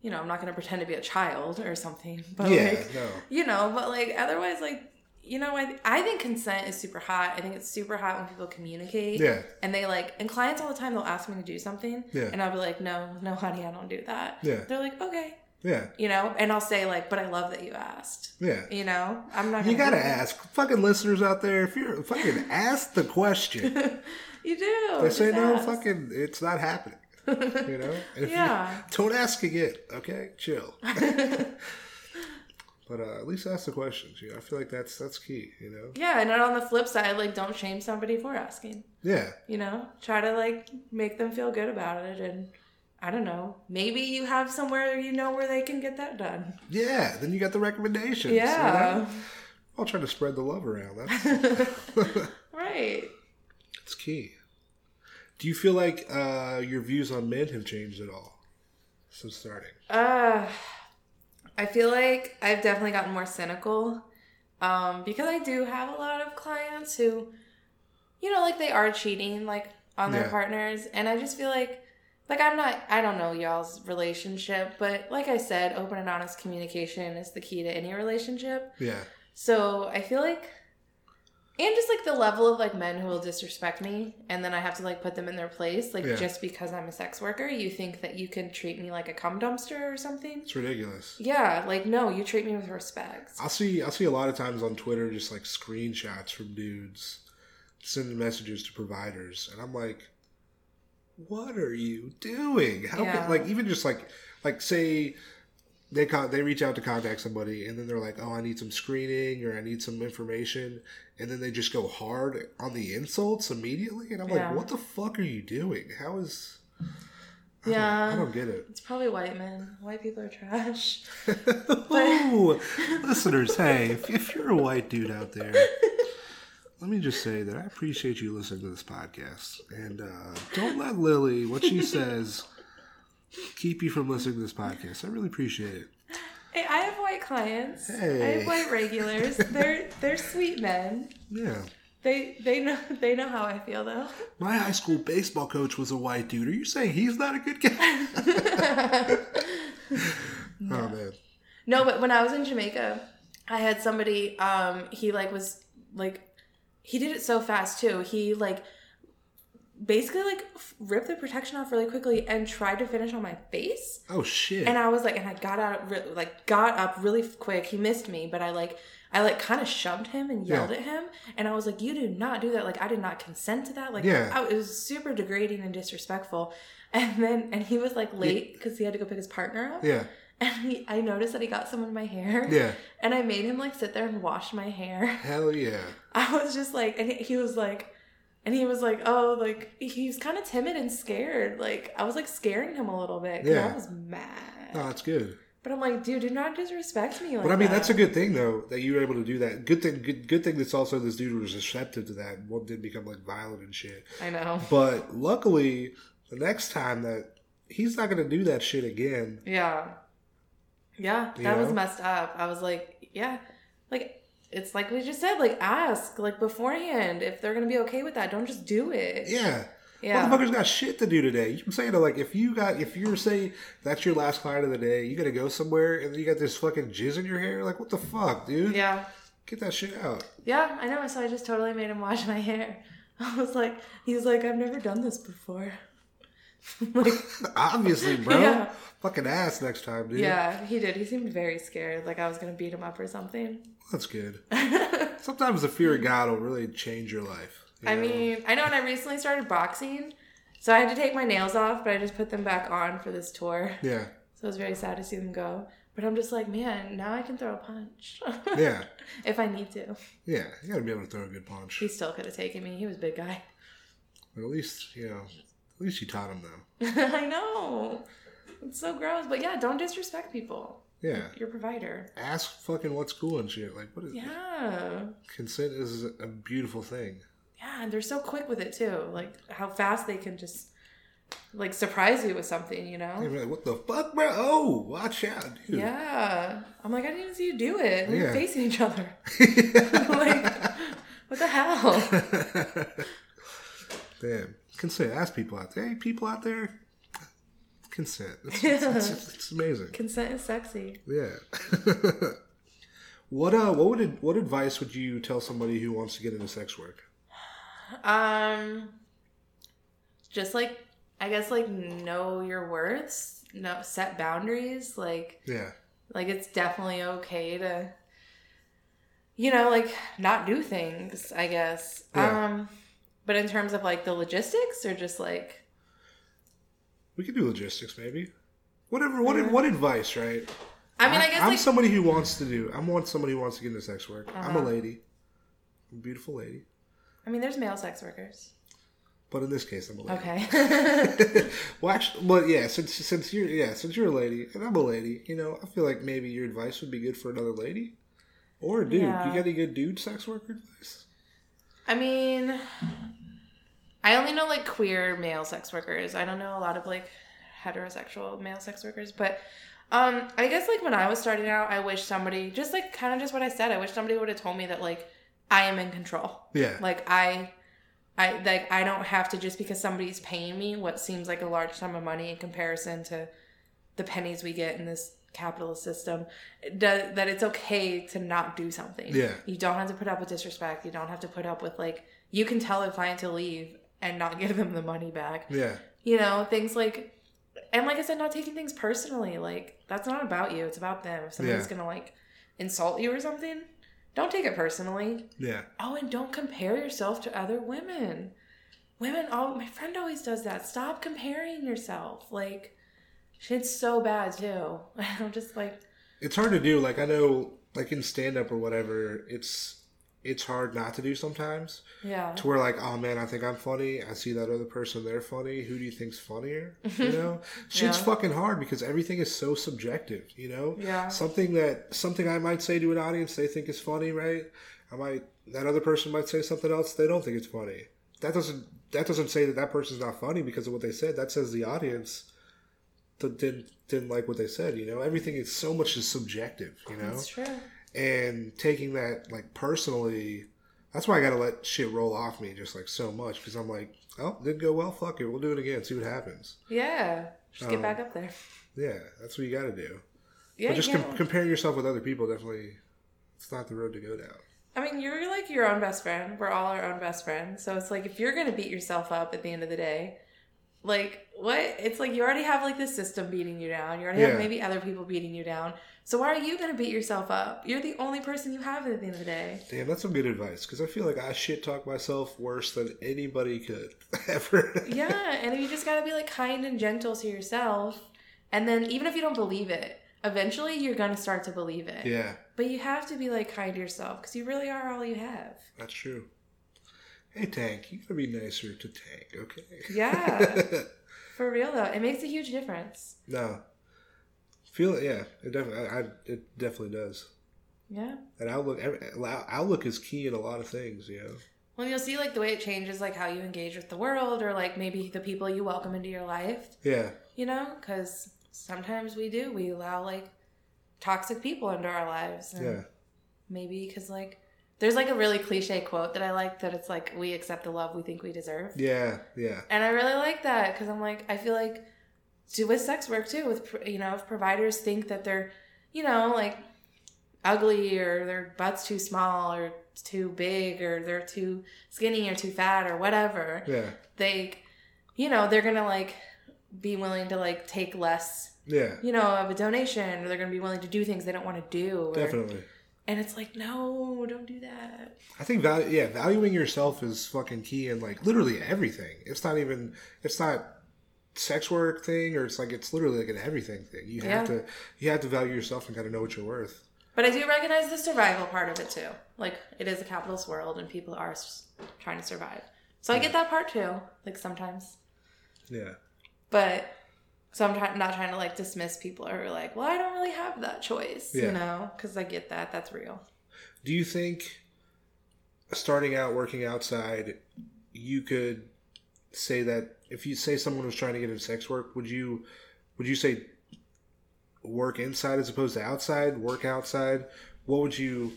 Speaker 2: you know, I'm not going to pretend to be a child or something. But
Speaker 1: yeah
Speaker 2: like,
Speaker 1: no
Speaker 2: you know but like otherwise like you know I, I think consent is super hot i think it's super hot when people communicate
Speaker 1: yeah
Speaker 2: and they like and clients all the time they'll ask me to do something
Speaker 1: Yeah.
Speaker 2: and i'll be like no no honey i don't do that
Speaker 1: Yeah.
Speaker 2: they're like okay
Speaker 1: yeah
Speaker 2: you know and i'll say like but i love that you asked
Speaker 1: yeah
Speaker 2: you know i'm not
Speaker 1: you
Speaker 2: gonna
Speaker 1: gotta
Speaker 2: do it.
Speaker 1: ask fucking listeners out there if you're fucking ask the question
Speaker 2: you do
Speaker 1: they say
Speaker 2: just
Speaker 1: no
Speaker 2: ask.
Speaker 1: fucking it's not happening you know If you-
Speaker 2: yeah
Speaker 1: Don't ask again, okay? Chill. but uh, at least ask the questions. You know, I feel like that's that's key. You know.
Speaker 2: yeah and then on the flip side like don't shame somebody for asking
Speaker 1: Yeah.
Speaker 2: you know try to like make them feel good about it and i don't know maybe you have somewhere you know where they can get that done
Speaker 1: Yeah. Then you got the recommendations. you
Speaker 2: yeah
Speaker 1: know? I'll try to spread the love around. That's
Speaker 2: right
Speaker 1: it's key. Do you feel like uh, your views on men have changed at all since starting?
Speaker 2: uh i feel like i've definitely gotten more cynical um because i do have a lot of clients who you know like they are cheating like on their
Speaker 1: Yeah.
Speaker 2: partners and i just feel like like i'm not i don't know y'all's relationship but like i said open and honest communication is the key to any relationship
Speaker 1: Yeah.
Speaker 2: So I feel like, and just like the level of like men who will disrespect me, and then I have to like put them in their place, like
Speaker 1: Yeah.
Speaker 2: just because I'm a sex worker, you think that you can treat me like a cum dumpster or something?
Speaker 1: It's ridiculous.
Speaker 2: Yeah, like no, you treat me with respect.
Speaker 1: I'll see. I'll see a lot of times on Twitter just like screenshots from dudes sending messages to providers, and I'm like, "What are you doing? How
Speaker 2: Yeah.
Speaker 1: can like even just like like say they con- they reach out to contact somebody, and then they're like, "Oh, I need some screening or I need some information," and then they just go hard on the insults immediately, and I'm
Speaker 2: Yeah.
Speaker 1: like, "What the fuck are you doing? How is?" I
Speaker 2: Yeah.
Speaker 1: don't, I don't get it.
Speaker 2: It's probably white men. White people are trash.
Speaker 1: Ooh, listeners, hey, if, if you're a white dude out there, let me just say that I appreciate you listening to this podcast. And uh, don't let Lily, what she says, keep you from listening to this podcast. I really appreciate it.
Speaker 2: Hey, I have white clients. I
Speaker 1: Hey.
Speaker 2: have white regulars. they're they're sweet men.
Speaker 1: Yeah.
Speaker 2: They they know they know how I feel though.
Speaker 1: My high school baseball coach was a white dude. Are you saying he's not a good guy? Oh, man.
Speaker 2: No, but when I was in Jamaica, I had somebody. Um, he like was like, he did it so fast too. He like basically like f- ripped the protection off really quickly and tried to finish on my face.
Speaker 1: Oh, shit.
Speaker 2: And I was like, and I got out re- like got up really f- quick. He missed me, but I like. I like kind of shoved him and yelled at him, and I was like, "You do not do that! Like I did not consent to that! Like
Speaker 1: Yeah.
Speaker 2: I- it was super degrading and disrespectful." And then, and he was like late because he had to go pick his partner up,
Speaker 1: yeah.
Speaker 2: and he, I noticed that he got some in my hair.
Speaker 1: Yeah.
Speaker 2: And I made him like sit there and wash my hair.
Speaker 1: Hell yeah.
Speaker 2: I was just like, and he- he was like, and he was like, oh, like he was kind of timid and scared. Like I was like scaring him a little bit. 'cause
Speaker 1: Yeah.
Speaker 2: I was mad.
Speaker 1: Oh, that's good.
Speaker 2: but I'm like, dude, do not disrespect me. Like
Speaker 1: But I mean,
Speaker 2: that.
Speaker 1: that's a good thing though that you were able to do that. Good thing, good, good thing. That's also this dude was receptive to that. and One didn't become like violent and shit.
Speaker 2: I know.
Speaker 1: But luckily, the next time that he's not gonna do that shit again.
Speaker 2: Yeah. Yeah, that
Speaker 1: You
Speaker 2: was
Speaker 1: know?
Speaker 2: messed up. I was like, yeah, like it's like we just said, like ask like beforehand if they're gonna be okay with that. Don't just do it.
Speaker 1: Yeah,
Speaker 2: Yeah.
Speaker 1: motherfuckers got shit to do today. I'm saying that like if you got if you're saying that's your last client of the day, you gotta go somewhere and then you got this fucking jizz in your hair. Like what the fuck, dude?
Speaker 2: Yeah.
Speaker 1: Get that shit out.
Speaker 2: Yeah, I know. So I just totally made him wash my hair. I was like, he was like, I've never done this before. like,
Speaker 1: Obviously, bro.
Speaker 2: Yeah.
Speaker 1: Fucking ass next time, dude.
Speaker 2: yeah, he did. He seemed very scared, like I was gonna beat him up or something.
Speaker 1: That's good. Sometimes the fear of God will really change your life. you
Speaker 2: I
Speaker 1: know?
Speaker 2: mean, I know, and I recently started boxing, so I had to take my nails off, but I just put them back on for this tour.
Speaker 1: yeah,
Speaker 2: So it was very sad to see them go. But I'm just like, man, now I can throw a punch
Speaker 1: yeah,
Speaker 2: if I need to.
Speaker 1: yeah. You gotta be able to throw a good punch.
Speaker 2: He still could have taken me. He was a big guy.
Speaker 1: But at least, you know, at least you taught him though.
Speaker 2: I know. It's so gross. But yeah, don't disrespect people.
Speaker 1: Yeah.
Speaker 2: Your provider.
Speaker 1: Ask fucking what's cool and shit. Like, what is
Speaker 2: Yeah.
Speaker 1: consent is a beautiful thing.
Speaker 2: Yeah, and they're so quick with it too. Like how fast they can just like surprise you with something, you
Speaker 1: You're
Speaker 2: know?
Speaker 1: like, what the fuck, bro? Oh, watch out, dude.
Speaker 2: Yeah. I'm like, I didn't even see you do it. We
Speaker 1: Yeah.
Speaker 2: were facing each other. like, what the hell?
Speaker 1: Damn. Consent. Ask people out there. Hey, people out there. Consent. It's,
Speaker 2: Yeah.
Speaker 1: it's, it's, it's amazing.
Speaker 2: Consent is sexy.
Speaker 1: Yeah. what uh? What would ad- what advice would you tell somebody who wants to get into sex work?
Speaker 2: Um, just like I guess like know your worths, no set boundaries. Like
Speaker 1: Yeah.
Speaker 2: like it's definitely okay to, you know, like not do things. I guess.
Speaker 1: Yeah.
Speaker 2: Um, but in terms of like the logistics, or just like
Speaker 1: We could do logistics, maybe. Whatever. What what advice, right?
Speaker 2: I mean, I guess
Speaker 1: am
Speaker 2: like
Speaker 1: somebody who wants to do. I'm want somebody who wants to get into sex work. I'm a
Speaker 2: Uh-huh.
Speaker 1: lady. I'm a beautiful lady.
Speaker 2: I mean, there's male sex workers.
Speaker 1: But in this case, I'm a lady.
Speaker 2: Okay.
Speaker 1: well, actually, well, yeah. Since since you're yeah since you're a lady and I'm a lady, you know, I feel like maybe your advice would be good for another lady or a dude. You
Speaker 2: Yeah.
Speaker 1: got any good dude sex worker advice?
Speaker 2: I mean, I only know like queer male sex workers. I don't know a lot of like heterosexual male sex workers, but um I guess like when I was starting out, I wish somebody just like kind of just what I said. I wish somebody would have told me that like I am in control.
Speaker 1: Yeah,
Speaker 2: Like I I like I don't have to just because somebody's paying me what seems like a large sum of money in comparison to the pennies we get in this capitalist system that, that it's okay to not do something.
Speaker 1: Yeah.
Speaker 2: You don't have to put up with disrespect. You don't have to put up with like you can tell a client to leave and not give them the money back.
Speaker 1: yeah,
Speaker 2: You know, things like and like I said, not taking things personally. Like that's not about you. It's about them. If somebody's
Speaker 1: Yeah.
Speaker 2: gonna like insult you or something, don't take it personally.
Speaker 1: yeah,
Speaker 2: Oh, and don't compare yourself to other women. Women, all my friend always does that. Stop comparing yourself. Like, shit's so bad too. I'm just like,
Speaker 1: it's hard to do. Like I know, like in stand up or whatever, it's it's hard not to do sometimes.
Speaker 2: yeah,
Speaker 1: To where like, oh man, I think I'm funny. I see that other person, they're funny. Who do you think's funnier? You know, shit's
Speaker 2: Yeah.
Speaker 1: fucking hard because everything is so subjective. You know,
Speaker 2: yeah,
Speaker 1: something that something I might say to an audience they think is funny, right? I might that other person might say something else they don't think it's funny. That doesn't that doesn't say that that person's not funny because of what they said. That says the audience th- didn't didn't like what they said. You know, everything is so much is subjective. You know,
Speaker 2: that's true.
Speaker 1: and taking that like personally, that's why I gotta let shit roll off me just like so much because I'm like, oh, didn't go well. Fuck it, we'll do it again. See what happens.
Speaker 2: Yeah, just
Speaker 1: Um,
Speaker 2: get back up there.
Speaker 1: Yeah, that's what you gotta do.
Speaker 2: Yeah,
Speaker 1: but just
Speaker 2: you
Speaker 1: com-
Speaker 2: can't-
Speaker 1: comparing yourself with other people definitely it's not the road to go down
Speaker 2: I mean, you're like your own best friend. We're all our own best friends. So it's like if you're gonna beat yourself up at the end of the day, like what? It's like you already have like this system beating you down. You already
Speaker 1: Yeah.
Speaker 2: have maybe other people beating you down. So why are you gonna beat yourself up? You're the only person you have at the end of the day.
Speaker 1: damn that's some good advice because i feel like i shit talk myself worse than anybody could ever
Speaker 2: yeah, and you just gotta be like kind and gentle to yourself. And then even if you don't believe it, eventually you're gonna start to believe it.
Speaker 1: yeah
Speaker 2: But you have to be like kind to yourself because you really are all you have.
Speaker 1: that's true hey tank you gotta be nicer to tank okay
Speaker 2: Yeah, for real though, it makes a huge difference.
Speaker 1: no feel it yeah it definitely I, I, it definitely does
Speaker 2: Yeah.
Speaker 1: and outlook every- outlook is key in a lot of things you know
Speaker 2: Well, you'll see like the way it changes, like how you engage with the world, or like maybe the people you welcome into your life.
Speaker 1: yeah
Speaker 2: You know, because sometimes we do we allow like toxic people into our lives. and
Speaker 1: yeah
Speaker 2: Maybe because like there's like a really cliche quote that I like that it's like we accept the love we think we deserve.
Speaker 1: yeah yeah
Speaker 2: And I really like that because I'm like, I feel like do with sex work too. With you know, if providers think that they're, you know, like ugly or their butt's too small or it's too big or they're too skinny or too fat or whatever,
Speaker 1: Yeah.
Speaker 2: they, you know, they're gonna like be willing to like take less,
Speaker 1: Yeah.
Speaker 2: you know, of a donation or they're gonna be willing to do things they don't want to do. Or,
Speaker 1: Definitely.
Speaker 2: And it's like, no, don't do that.
Speaker 1: I think value, yeah, valuing yourself is fucking key in like literally everything. It's not even it's not sex work thing or it's like it's literally like an everything thing. You have
Speaker 2: Yeah.
Speaker 1: to you have to value yourself and kind of know what you're worth.
Speaker 2: But I do recognize the survival part of it too. Like it is a capitalist world and people are s- trying to survive. So I get that part too, like sometimes.
Speaker 1: Yeah.
Speaker 2: But so I'm try- not trying to like dismiss people who are like, well, I don't really have that choice,
Speaker 1: Yeah.
Speaker 2: you know, because I get that. That's real.
Speaker 1: Do you think starting out working outside you could say that if you say someone was trying to get into sex work, would you would you say work inside as opposed to outside, work outside? What would you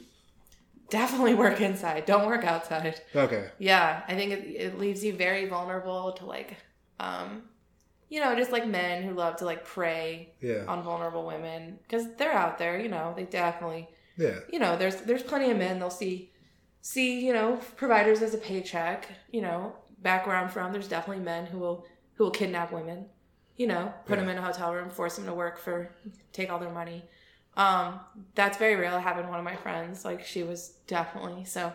Speaker 2: Definitely work inside. Don't work outside.
Speaker 1: Okay.
Speaker 2: Yeah, I think it, it leaves you very vulnerable to like, um, you know, just like men who love to like prey
Speaker 1: Yeah.
Speaker 2: on vulnerable women because they're out there. You know, they definitely
Speaker 1: Yeah.
Speaker 2: you know, there's there's plenty of men they'll see see, you know, providers as a paycheck, you know, back where I'm from, there's definitely men who will who will kidnap women, you know, put them
Speaker 1: Yeah.
Speaker 2: in a hotel room, force them to work for take all their money. Um, that's very real. It happened to one of my friends, like she was definitely so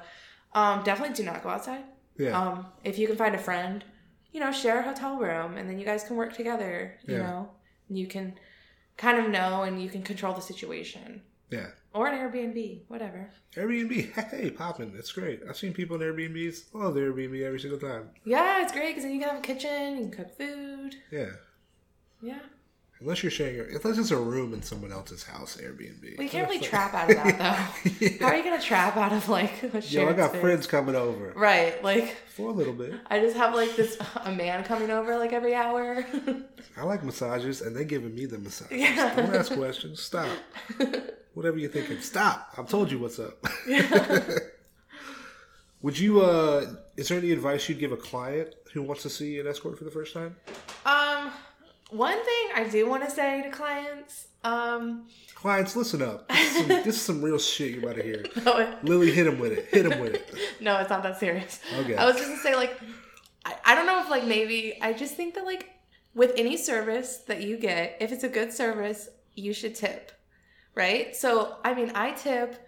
Speaker 2: um definitely do not go outside.
Speaker 1: Yeah.
Speaker 2: Um, if you can find a friend, you know, share a hotel room and then you guys can work together, you
Speaker 1: Yeah.
Speaker 2: know. And you can kind of know and you can control the situation.
Speaker 1: Yeah.
Speaker 2: Or an Airbnb, whatever.
Speaker 1: Airbnb, hey, popping. That's great. I've seen people in Airbnbs. Love the Airbnb every single time.
Speaker 2: Yeah, it's great because then you can have a kitchen, you can cook food.
Speaker 1: Yeah.
Speaker 2: Yeah.
Speaker 1: Unless you're sharing, your, unless it's a room in someone else's house, Airbnb.
Speaker 2: We can't really trap out of that though. How are you gonna trap out of like a shared
Speaker 1: Yo, I got
Speaker 2: space?
Speaker 1: friends coming over
Speaker 2: Right, like
Speaker 1: for a little bit.
Speaker 2: I just have like this a man coming over like every hour.
Speaker 1: I like massages, and they giving me the massage.
Speaker 2: Yeah.
Speaker 1: Don't ask questions. Stop. Whatever you're thinking, stop. I've told you what's up. Would you? uh Is there any advice you'd give a client who wants to see an escort for the first time?
Speaker 2: um, one thing I do want to say to clients, um,
Speaker 1: Clients, listen up. This is some, this is some real shit you're about to hear.
Speaker 2: no, it-
Speaker 1: Lily, hit him with it. Hit him with it.
Speaker 2: no, it's not that serious.
Speaker 1: Okay.
Speaker 2: I was just gonna say like, I, I don't know if like maybe I just think that like with any service that you get, if it's a good service, you should tip, right? So I mean, I tip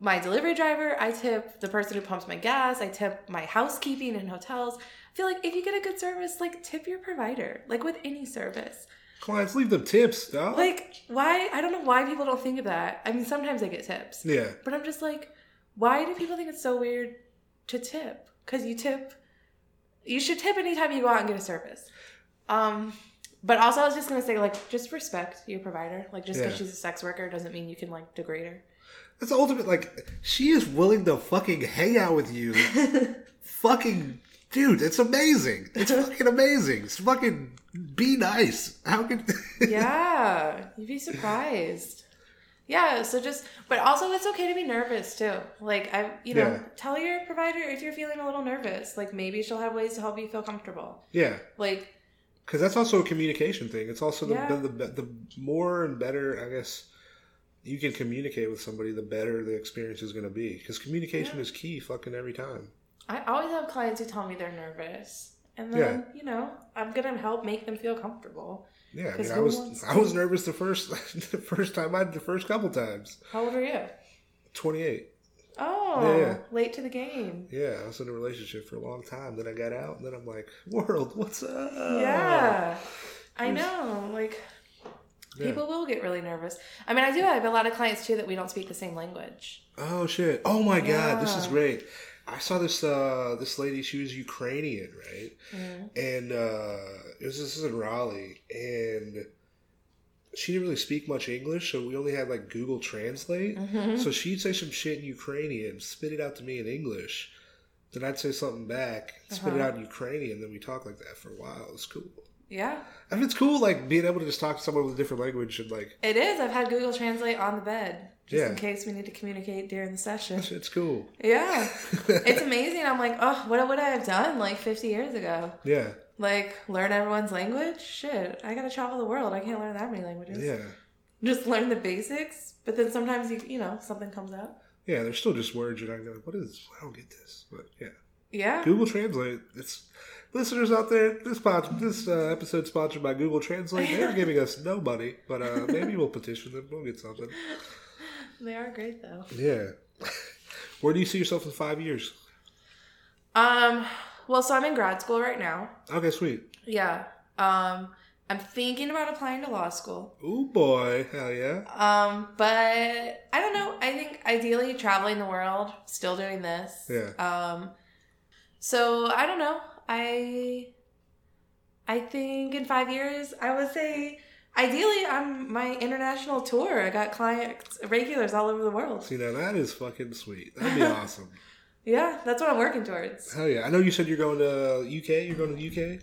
Speaker 2: my delivery driver, I tip the person who pumps my gas, I tip my housekeeping in hotels. I feel like if you get a good service, like tip your provider, like with any service.
Speaker 1: Clients, leave them tips, dog.
Speaker 2: Like why? I don't know why people don't think of that. I mean, sometimes I get tips.
Speaker 1: yeah,
Speaker 2: But I'm just like, why do people think it's so weird to tip? Because you tip, you should tip anytime you go out and get a service. Um, but also, I was just gonna say, like, just respect your provider. Like, just because
Speaker 1: Yeah.
Speaker 2: she's a sex worker doesn't mean you can like degrade her.
Speaker 1: that's the ultimate. Like, she is willing to fucking hang out with you. fucking dude, it's amazing. It's fucking amazing. It's fucking be nice. How can?
Speaker 2: yeah, you'd be surprised. Yeah, so just, but also it's okay to be nervous too. Like I, you know,
Speaker 1: Yeah.
Speaker 2: tell your provider if you're feeling a little nervous. Like maybe she'll have ways to help you feel comfortable.
Speaker 1: yeah,
Speaker 2: Like
Speaker 1: because that's also a communication thing. It's also the,
Speaker 2: Yeah.
Speaker 1: the, the the more and better, I guess. You can communicate with somebody, the better the experience is going to be. Because communication
Speaker 2: Yeah.
Speaker 1: is key, fucking every time.
Speaker 2: I always have clients who tell me they're nervous. And then,
Speaker 1: Yeah.
Speaker 2: you know, I'm gonna help make them feel comfortable.
Speaker 1: Yeah, I
Speaker 2: 'Cause
Speaker 1: mean, I
Speaker 2: who
Speaker 1: was
Speaker 2: wants
Speaker 1: I was nervous the first the first time I the first couple times.
Speaker 2: How old are you?
Speaker 1: Twenty eight.
Speaker 2: Oh,
Speaker 1: Yeah.
Speaker 2: late to the game.
Speaker 1: Yeah, I was in a relationship for a long time. Then I got out, and then I'm like, world, what's up?
Speaker 2: yeah. I
Speaker 1: Who's-
Speaker 2: know. Like
Speaker 1: Yeah.
Speaker 2: people will get really nervous. I mean, I do have a lot of clients too that we don't speak the same language.
Speaker 1: Oh shit! Oh my god, this is
Speaker 2: Yeah.
Speaker 1: great. I saw this uh, this lady. She was Ukrainian, right?
Speaker 2: Mm.
Speaker 1: And uh, it was this is in Raleigh, and she didn't really speak much English, so we only had like Google Translate.
Speaker 2: Mhm.
Speaker 1: So she'd say some shit in Ukrainian, spit it out to me in English. Then I'd say something back, spit it
Speaker 2: Uh-huh.
Speaker 1: out in Ukrainian, then we talk like that for a while. It's cool.
Speaker 2: Yeah.
Speaker 1: I mean, it's cool like being able to just talk to someone with a different language and like
Speaker 2: It is. I've had Google Translate on the bed just
Speaker 1: Yeah.
Speaker 2: in case we need to communicate during the session.
Speaker 1: that shit's cool.
Speaker 2: Yeah. it's amazing. I'm like, oh, what would I have done like 50 years ago?
Speaker 1: Yeah,
Speaker 2: Like learn everyone's language? Shit, I gotta travel the world. I can't learn that many languages.
Speaker 1: yeah.
Speaker 2: just learn the basics, but then sometimes you you know something comes up.
Speaker 1: Yeah, there's still just words you're not going. What is? I don't get this. But yeah,
Speaker 2: Yeah,
Speaker 1: Google Translate. It's listeners out there. This pod, this uh, episode sponsored by Google Translate. They're giving us no money, but uh, maybe we'll petition them. We'll get something.
Speaker 2: they are great though.
Speaker 1: Yeah. Where do you see yourself in five years?
Speaker 2: Um, well, so I'm in grad school right now.
Speaker 1: Okay, sweet.
Speaker 2: Yeah. Um, I'm thinking about applying to law school.
Speaker 1: Ooh boy, hell yeah.
Speaker 2: Um, but I don't know. I think ideally traveling the world, still doing this.
Speaker 1: Yeah.
Speaker 2: Um, so I don't know. I I think in five years, I would say ideally I'm my international tour. I got clients, regulars all over the world.
Speaker 1: See now that is fucking sweet. That'd be awesome.
Speaker 2: Yeah, that's what I'm working towards.
Speaker 1: Hell yeah. I know you said you're going to UK. You're going to the UK.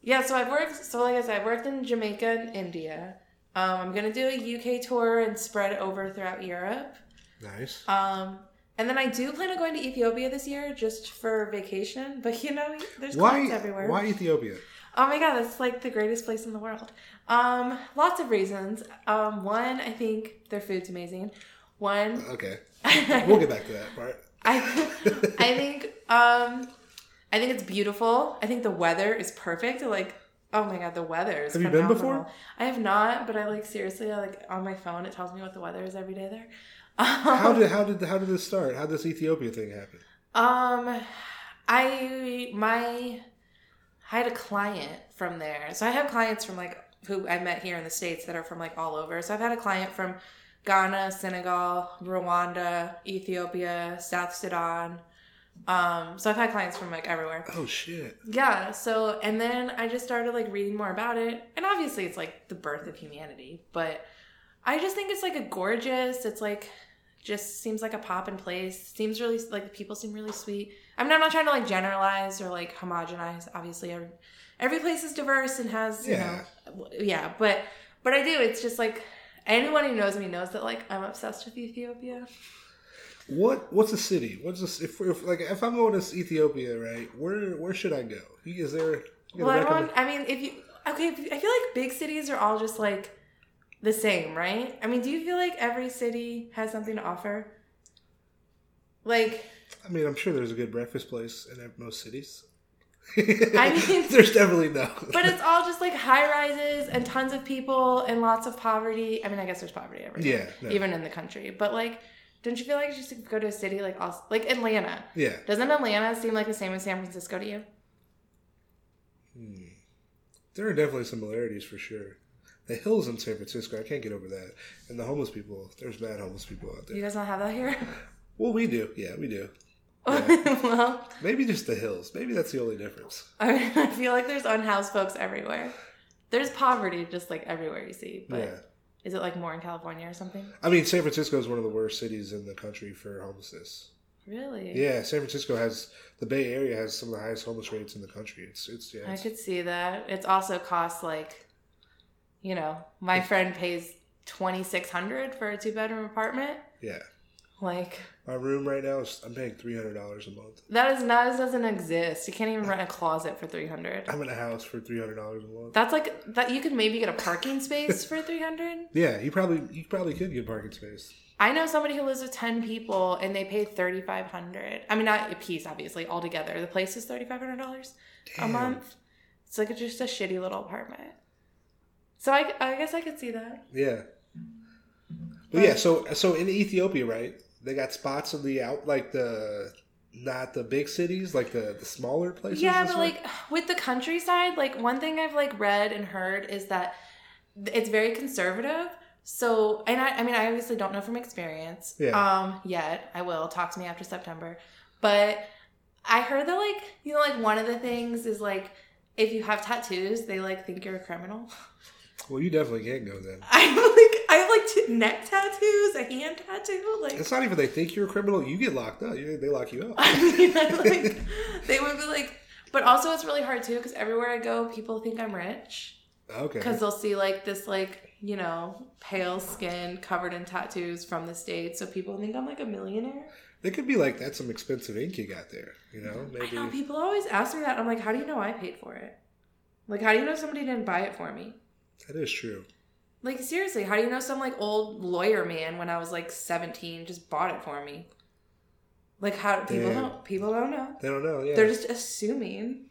Speaker 2: Yeah. So I've worked. So like I said, I've worked in Jamaica and India. Um, I'm gonna do a UK tour and spread over throughout Europe.
Speaker 1: Nice.
Speaker 2: Um, and then I do plan on going to Ethiopia this year just for vacation. But you know, there's
Speaker 1: Why?
Speaker 2: clouds everywhere.
Speaker 1: Why Ethiopia?
Speaker 2: Oh my god, that's like the greatest place in the world. Um, lots of reasons. Um, one, I think their food's amazing. One,
Speaker 1: Okay, we'll
Speaker 2: I,
Speaker 1: get back to that part.
Speaker 2: I think um, I think it's beautiful. I think the weather is perfect. Like, oh my god, the weather is.
Speaker 1: Have you been
Speaker 2: phenomenal.
Speaker 1: before?
Speaker 2: I have not, but I like seriously, I, like on my phone, it tells me what the weather is every day there. Um,
Speaker 1: How did how did how did this start? How did this Ethiopia thing happen?
Speaker 2: Um, I my I had a client from there, so I have clients from like who I met here in the states that are from like all over. So I've had a client from Ghana, Senegal, Rwanda, Ethiopia, South Sudan. Um, so I've had clients from like everywhere.
Speaker 1: Oh shit!
Speaker 2: Yeah. So and then I just started like reading more about it, and obviously it's like the birth of humanity, but I just think it's like a gorgeous. It's like just seems like a pop in place. Seems really like the people seem really sweet. I mean, I'm not trying to like generalize or like homogenize. Obviously, every, every place is diverse and has
Speaker 1: Yeah.
Speaker 2: you know, w- yeah. But but I do. It's just like anyone who knows me knows that like I'm obsessed with Ethiopia.
Speaker 1: What what's a city? What's this? If, if like if I'm going to Ethiopia, right? Where where should I go? Is there? You
Speaker 2: Well, everyone. I mean, if you okay, if you- I feel like big cities are all just like the same, right? I mean, do you feel like every city has something to offer? Like,
Speaker 1: I mean, I'm sure there's a good breakfast place in most cities.
Speaker 2: mean-
Speaker 1: there's definitely no.
Speaker 2: but it's all just like high rises and tons of people and lots of poverty. I mean, I guess there's poverty everywhere,
Speaker 1: yeah, no.
Speaker 2: even in the country. But like, don't you feel like you just go to a city like also, like Atlanta?
Speaker 1: yeah.
Speaker 2: Doesn't Atlanta seem like the same as San Francisco to you?
Speaker 1: Hmm. There are definitely similarities for sure. The hills in San Francisco, I can't get over that. And the homeless people, there's bad homeless people out
Speaker 2: You
Speaker 1: there.
Speaker 2: guys don't have that here.
Speaker 1: Well, we do. Yeah, we do.
Speaker 2: well,
Speaker 1: Maybe just the hills. Maybe that's the only difference.
Speaker 2: I, mean, I feel like there's unhoused folks everywhere. There's poverty just like everywhere you see, but
Speaker 1: yeah.
Speaker 2: is it like more in California or something?
Speaker 1: I mean, San Francisco is one of the worst cities in the country for homelessness.
Speaker 2: Really?
Speaker 1: Yeah, San Francisco has the Bay Area has some of the highest homeless rates in the country. It's it's yeah.
Speaker 2: I
Speaker 1: It's,
Speaker 2: could see that. It's also costs like, you know, my friend pays twenty six hundred for a two bedroom apartment.
Speaker 1: yeah.
Speaker 2: Like
Speaker 1: My room right now is I'm paying three hundred dollars a month.
Speaker 2: that is not that doesn't exist. You can't even rent a closet for three hundred.
Speaker 1: I'm in a house for three hundred dollars a month.
Speaker 2: That's like that. You could maybe get a parking space for three hundred.
Speaker 1: Yeah, you probably you probably could get parking space.
Speaker 2: I know somebody who lives with ten people and they pay thirty five hundred. I mean, not a piece, obviously, altogether. The place is thirty five hundred dollars a
Speaker 1: Damn.
Speaker 2: month. It's like just a shitty little apartment. So I, I guess I could see that.
Speaker 1: Yeah. But yeah, so so in Ethiopia, right? They got spots in the out like the not the big cities, like the the smaller places.
Speaker 2: yeah,
Speaker 1: and
Speaker 2: but
Speaker 1: stuff?
Speaker 2: like with the countryside, like one thing I've like read and heard is that th- it's very conservative. So, and I, I mean, I obviously don't know from experience.
Speaker 1: Yeah.
Speaker 2: Um, yet I will talk to me after September, but I heard that like you know like one of the things is like if you have tattoos, they like think you're a criminal.
Speaker 1: well, you definitely can't go then.
Speaker 2: I'm like I have like two neck tattoos, a hand tattoo, like
Speaker 1: It's not even they think you're a criminal. You get locked up. You, they lock you up.
Speaker 2: I mean, I like, they would be like, but also it's really hard too because everywhere I go, people think I'm rich
Speaker 1: Okay.
Speaker 2: because they'll see like this, like, you know, pale skin covered in tattoos from the States. So people think I'm like a millionaire.
Speaker 1: They could be like, that's some expensive ink you got there. You know,
Speaker 2: I
Speaker 1: maybe.
Speaker 2: know people always ask me that. I'm like, how do you know I paid for it? Like, how do you know somebody didn't buy it for me?
Speaker 1: That is true.
Speaker 2: Like seriously, how do you know some like old lawyer man when I was like 17 just bought it for me? Like how people
Speaker 1: Yeah.
Speaker 2: don't people don't know.
Speaker 1: They don't know. Yeah.
Speaker 2: They're just assuming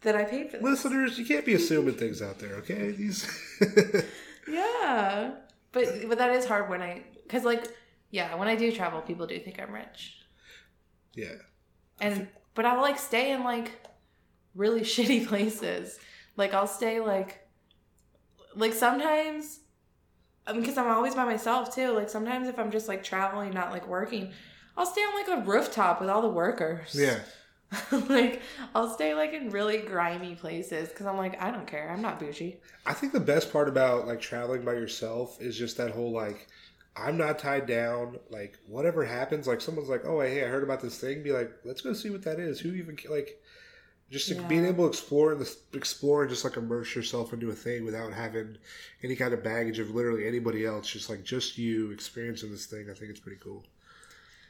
Speaker 2: that I paid for this.
Speaker 1: Listeners, you can't be assuming things out there, okay? These
Speaker 2: Yeah. But but that is hard when I cuz like yeah, when I do travel, people do think I'm rich.
Speaker 1: Yeah.
Speaker 2: and but I'll like stay in like really shitty places. Like I'll stay like like sometimes because I'm always by myself too. Like sometimes if I'm just like traveling, not like working, I'll stay on like a rooftop with all the workers.
Speaker 1: Yeah.
Speaker 2: like I'll stay like in really grimy places because I'm like I don't care. I'm not bougie.
Speaker 1: I think the best part about like traveling by yourself is just that whole like I'm not tied down. Like whatever happens, like someone's like, "Oh, hey, I heard about this thing." Be like, "Let's go see what that is." Who even ca- like just like, being
Speaker 2: Yeah.
Speaker 1: able to explore this, explore and just like immerse yourself into a thing without having any kind of baggage of literally anybody else. Just like just you experiencing this thing. I think it's pretty cool.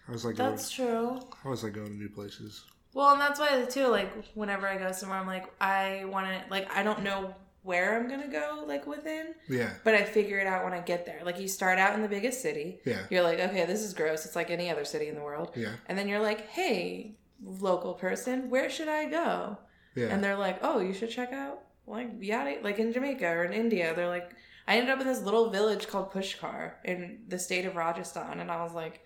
Speaker 1: I was like, going,
Speaker 2: That's true.
Speaker 1: I was like going to new places.
Speaker 2: Well, and that's why too. Like whenever I go somewhere, I'm like I want to like I don't know where I'm gonna go like within.
Speaker 1: Yeah,
Speaker 2: But I figure it out when I get there. Like you start out in the biggest city.
Speaker 1: yeah,
Speaker 2: You're like, okay, this is gross. It's like any other city in the world.
Speaker 1: yeah,
Speaker 2: And then you're like, hey, local person, where should I go?
Speaker 1: yeah.
Speaker 2: And they're like, oh, you should check out like yada, like in Jamaica or in India. They're like, I ended up in this little village called Pushkar in the state of Rajasthan, and I was like,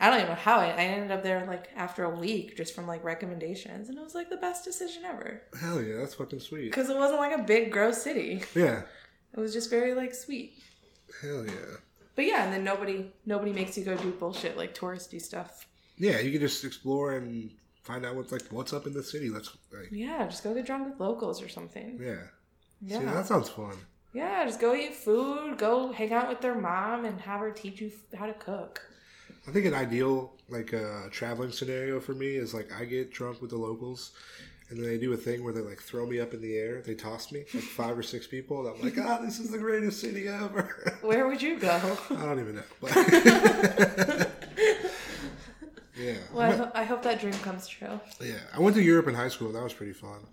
Speaker 2: I don't even know how I, I ended up there like after a week just from like recommendations, and it was like the best decision ever
Speaker 1: Hell yeah, that's fucking sweet.
Speaker 2: because it wasn't like a big gross city.
Speaker 1: Yeah,
Speaker 2: It was just very like sweet.
Speaker 1: hell yeah.
Speaker 2: But yeah, and then nobody nobody makes you go do bullshit like touristy stuff.
Speaker 1: Yeah, you can just explore and find out what's like what's up in the city. That's like
Speaker 2: Yeah, just go get drunk with locals or something.
Speaker 1: yeah.
Speaker 2: Yeah.
Speaker 1: See, that sounds fun.
Speaker 2: yeah, just go eat food, go hang out with their mom and have her teach you f- how to cook.
Speaker 1: I think an ideal like uh, traveling scenario for me is like I get drunk with the locals, and then they do a thing where they like throw me up in the air. They toss me like five or six people, and I'm like, ah, this is the greatest city ever.
Speaker 2: Where would you go?
Speaker 1: I don't even know. But yeah,
Speaker 2: well, I, ho- I hope that dream comes true.
Speaker 1: yeah. I went to Europe in high school. and That was pretty fun.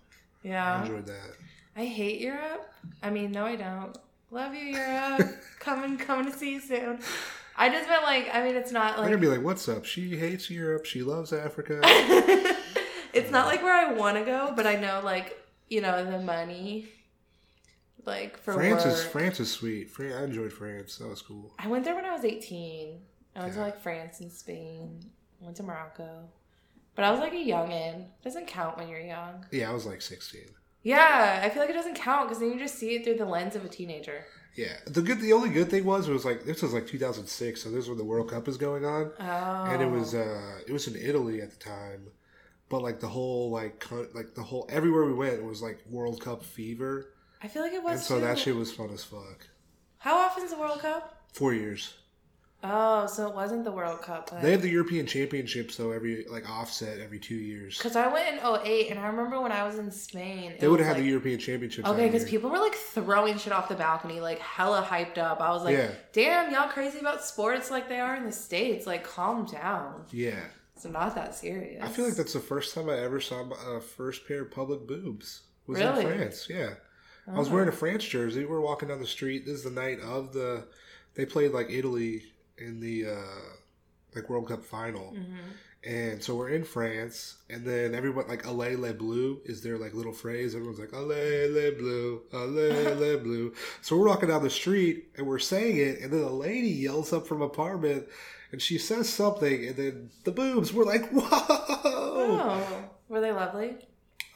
Speaker 1: I
Speaker 2: Yeah.
Speaker 1: enjoyed that.
Speaker 2: I hate Europe. I mean, no, I don't. Love you, Europe. coming, coming to see you soon. I just meant like, I mean, it's not
Speaker 1: I'm
Speaker 2: like
Speaker 1: gonna be like, what's up? She hates Europe. She loves Africa.
Speaker 2: it's not like where I want to go, but I know like you know the money, like for
Speaker 1: France is
Speaker 2: work.
Speaker 1: France is sweet. Fran- I enjoyed France. That was cool.
Speaker 2: I went there when I was eighteen. I went
Speaker 1: Yeah.
Speaker 2: to like France and Spain. I went to Morocco, but I was like a youngin. Doesn't count when you're young.
Speaker 1: Yeah, I was like 16.
Speaker 2: Yeah, I feel like it doesn't count because then you just see it through the lens of a teenager.
Speaker 1: Yeah. The good, the only good thing was it was like this was like 2006, so this is when the World Cup is going on,
Speaker 2: Oh,
Speaker 1: and it was uh it was in Italy at the time, but like the whole like co- like the whole everywhere we went it was like World Cup fever,
Speaker 2: I feel like it
Speaker 1: and
Speaker 2: was.
Speaker 1: so
Speaker 2: too.
Speaker 1: that shit was fun as fuck.
Speaker 2: How often's the World Cup?
Speaker 1: Four years.
Speaker 2: Oh, so it wasn't the World Cup.
Speaker 1: They have the European Championships, so every like offset every two years.
Speaker 2: Because I went in 08, and I remember when I was in Spain. it
Speaker 1: They would
Speaker 2: was,
Speaker 1: have had
Speaker 2: like,
Speaker 1: the European Championships.
Speaker 2: Okay,
Speaker 1: every
Speaker 2: because
Speaker 1: year.
Speaker 2: people were like throwing shit off the balcony, like hella hyped up. I was like,
Speaker 1: Yeah.
Speaker 2: damn, y'all crazy about sports like they are in the States. Like, calm down.
Speaker 1: Yeah.
Speaker 2: It's not that serious.
Speaker 1: I feel like that's the first time I ever saw my uh, first pair of public boobs. Was
Speaker 2: Really?
Speaker 1: in France. Yeah, I
Speaker 2: Oh.
Speaker 1: was wearing a France jersey. We were walking down the street. This is the night of the. They played like Italy in the uh, like World Cup final,
Speaker 2: hmm
Speaker 1: and so we're in France. And then everyone like "Allez les Bleus" is their like little phrase. Everyone's like "Allez les Bleus, Allez les Bleus." So we're walking down the street and we're saying it, and then a lady yells up from apartment. And she says something, and then the boobs were like, "Whoa!"
Speaker 2: Oh. Were they lovely?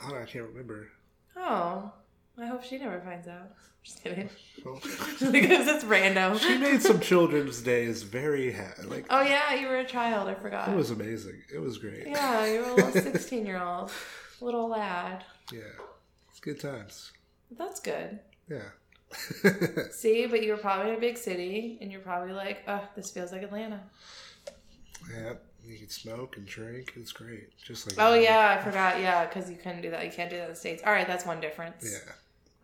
Speaker 1: I, don't, I can't remember.
Speaker 2: Oh. I hope she never finds out. Just kidding.
Speaker 1: Well,
Speaker 2: like, it was just
Speaker 1: she
Speaker 2: random.
Speaker 1: made some children's days very ha- like
Speaker 2: Oh, yeah, you were a child. I forgot.
Speaker 1: it was amazing. It was great.
Speaker 2: Yeah, you were a little 16 year old, little lad.
Speaker 1: Yeah. It's good times.
Speaker 2: That's good.
Speaker 1: Yeah.
Speaker 2: See, but you were probably in a big city, and you're probably like, oh, this feels like Atlanta.
Speaker 1: yeah. You can smoke and drink. It's great. Just like
Speaker 2: Oh yeah, I forgot. Yeah, because you couldn't do that. You can't do that in the states. All right, that's one difference.
Speaker 1: Yeah.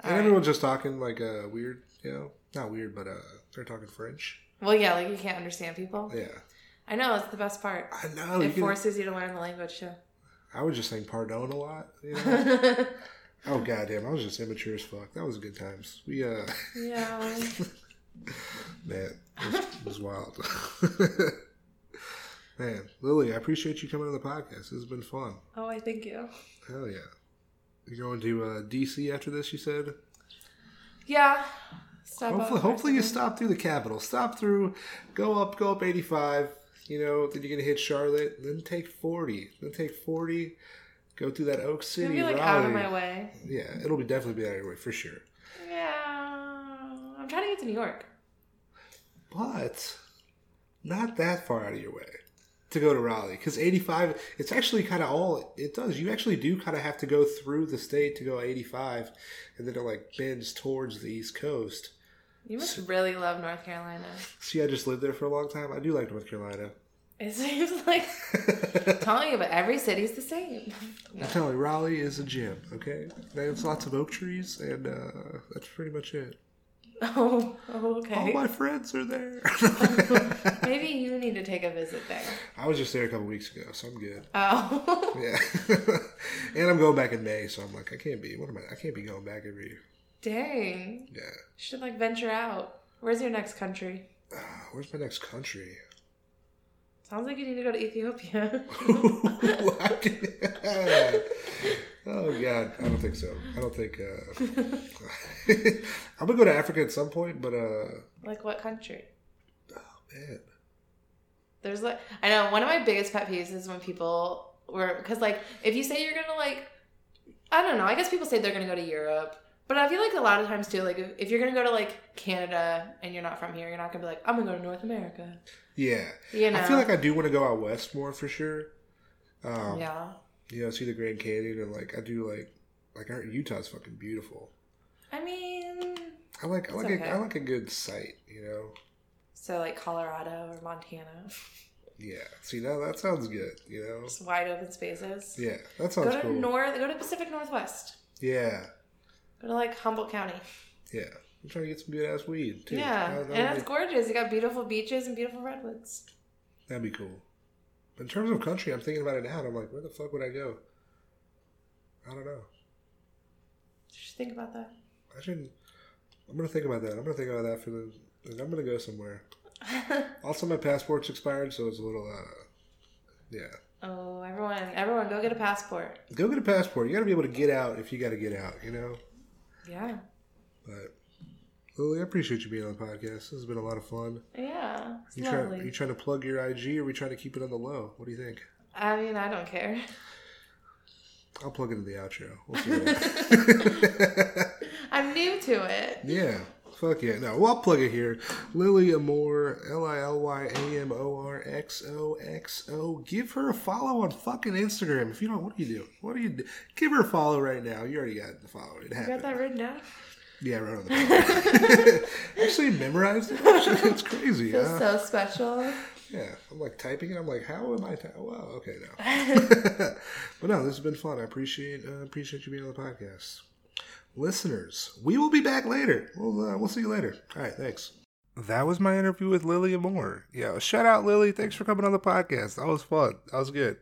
Speaker 2: All
Speaker 1: and
Speaker 2: right.
Speaker 1: everyone's just talking like uh weird, you know. Not weird, but uh they're talking French.
Speaker 2: Well, yeah, like you can't understand people.
Speaker 1: Yeah.
Speaker 2: I know it's the best part.
Speaker 1: I know. Oh, You
Speaker 2: it
Speaker 1: can,
Speaker 2: forces you to learn the language too.
Speaker 1: I was just saying pardon a lot, you know.
Speaker 2: yeah.
Speaker 1: oh goddamn, I was just immature as fuck. That was good times. We uh Man, it was, it was wild. Man, Lily, I appreciate you coming on the podcast. This has been fun.
Speaker 2: Oh, I thank you.
Speaker 1: Hell yeah. You're going to uh, DC after this, you said?
Speaker 2: Yeah. Stop
Speaker 1: Hopefully,
Speaker 2: off for a
Speaker 1: hopefully you
Speaker 2: second.
Speaker 1: stop through the capital. Stop through, go up, go up 85. You know, then you're going to hit Charlotte. Then take 40. Then take 40. Go through that Oak
Speaker 2: It's
Speaker 1: City,
Speaker 2: gonna be like
Speaker 1: Raleigh.
Speaker 2: out of my way.
Speaker 1: Yeah, it'll be definitely be out of your way for sure.
Speaker 2: Yeah. I'm trying to get to New York.
Speaker 1: But not that far out of your way to go to Raleigh because 85. It's actually kind of all it does. You actually do kind of have to go through the state to go 85, and then it like bends towards the East Coast.
Speaker 2: You must really love North Carolina.
Speaker 1: See, I just lived there for a long time. I do like North Carolina.
Speaker 2: It seems like telling you, but every city's the same.
Speaker 1: I'm telling you, Raleigh is a gym, okay? There's lots of oak trees, and uh, that's pretty much it.
Speaker 2: Oh, oh,
Speaker 1: All
Speaker 2: okay.
Speaker 1: my friends are there.
Speaker 2: Maybe you need to take a visit there.
Speaker 1: I was just there a couple weeks ago, so I'm good.
Speaker 2: Oh,
Speaker 1: Yeah. and I'm going back in May, so I'm like, I can't be, what am I, I can't be going back every year.
Speaker 2: dang. You
Speaker 1: Yeah.
Speaker 2: should like venture out. Where's your next country?
Speaker 1: Ah, where's my next country?
Speaker 2: Sounds like you need to go to Ethiopia.
Speaker 1: oh god, I don't think so. I don't think. Uh... I'm gonna go to Africa at some point, but uh,
Speaker 2: like what country?
Speaker 1: man,
Speaker 2: There's like I know one of my biggest pet peeves is when people were because like if you say you're gonna like I don't know I guess people say they're gonna go to Europe but I feel like a lot of times too like if, if you're gonna go to like Canada and you're not from here you're not gonna be like I'm gonna go to North America
Speaker 1: yeah.
Speaker 2: you know
Speaker 1: I feel like I do want to go out west more for sure. Um,
Speaker 2: yeah
Speaker 1: You know, see the Grand Canyon and like I do like like I heard Utah's fucking beautiful.
Speaker 2: I mean
Speaker 1: I like I
Speaker 2: It's
Speaker 1: like
Speaker 2: okay.
Speaker 1: a, I like a good sight. You know.
Speaker 2: so like Colorado or Montana
Speaker 1: Yeah. See now that sounds good. You know.
Speaker 2: just wide open spaces
Speaker 1: Yeah, that
Speaker 2: go
Speaker 1: sounds
Speaker 2: to
Speaker 1: cool.
Speaker 2: north go to Pacific Northwest
Speaker 1: yeah,
Speaker 2: go to like Humboldt County
Speaker 1: yeah. I'm trying to get some good ass weed too.
Speaker 2: yeah
Speaker 1: That- that would
Speaker 2: and
Speaker 1: be-
Speaker 2: it's gorgeous you got beautiful beaches and beautiful redwoods
Speaker 1: That'd be cool. In terms of country, I'm thinking about it now, and I'm like, where the fuck would I go? I don't know.
Speaker 2: you should think about that.
Speaker 1: I shouldn't. I'm gonna think about that. I'm gonna think about that for the. and I'm gonna go somewhere. Also, my passport's expired, so it's a little. uh Yeah,
Speaker 2: Oh, everyone, everyone, go get a passport.
Speaker 1: go get a passport. You gotta be able to get out if you gotta get out. You know.
Speaker 2: Yeah.
Speaker 1: But Lily, I appreciate you being on the podcast. This has been a lot of fun.
Speaker 2: Yeah. It's
Speaker 1: You try,
Speaker 2: lovely.
Speaker 1: you trying to plug your IG, or we trying to keep it on the low? What do you think?
Speaker 2: I mean, I don't care.
Speaker 1: I'll plug it in the outro. We'll see. what-
Speaker 2: I'm new to it.
Speaker 1: Yeah. Fuck yeah. No, well, I'll plug it here. Lily Amore, L I L Y A M O R X O X O. Give her a follow on fucking Instagram. If you don't, what are you doing? What are you do? Give her a follow right now. You already got the follow. It
Speaker 2: You
Speaker 1: happened.
Speaker 2: got that written down?
Speaker 1: Yeah, right on the back. Actually, memorized it. Actually, it's crazy.
Speaker 2: Feels
Speaker 1: huh?
Speaker 2: so special.
Speaker 1: Yeah, I'm like typing it. I'm like, how am I? Ty- oh, wow, okay, no. but no, this has been fun. I appreciate uh, appreciate you being on the podcast, listeners. We will be back later. We'll uh, we'll see you later. All right, thanks. That was my interview with Lily Moore. Yo, shout out Lily. Thanks for coming on the podcast. That was fun. That was good.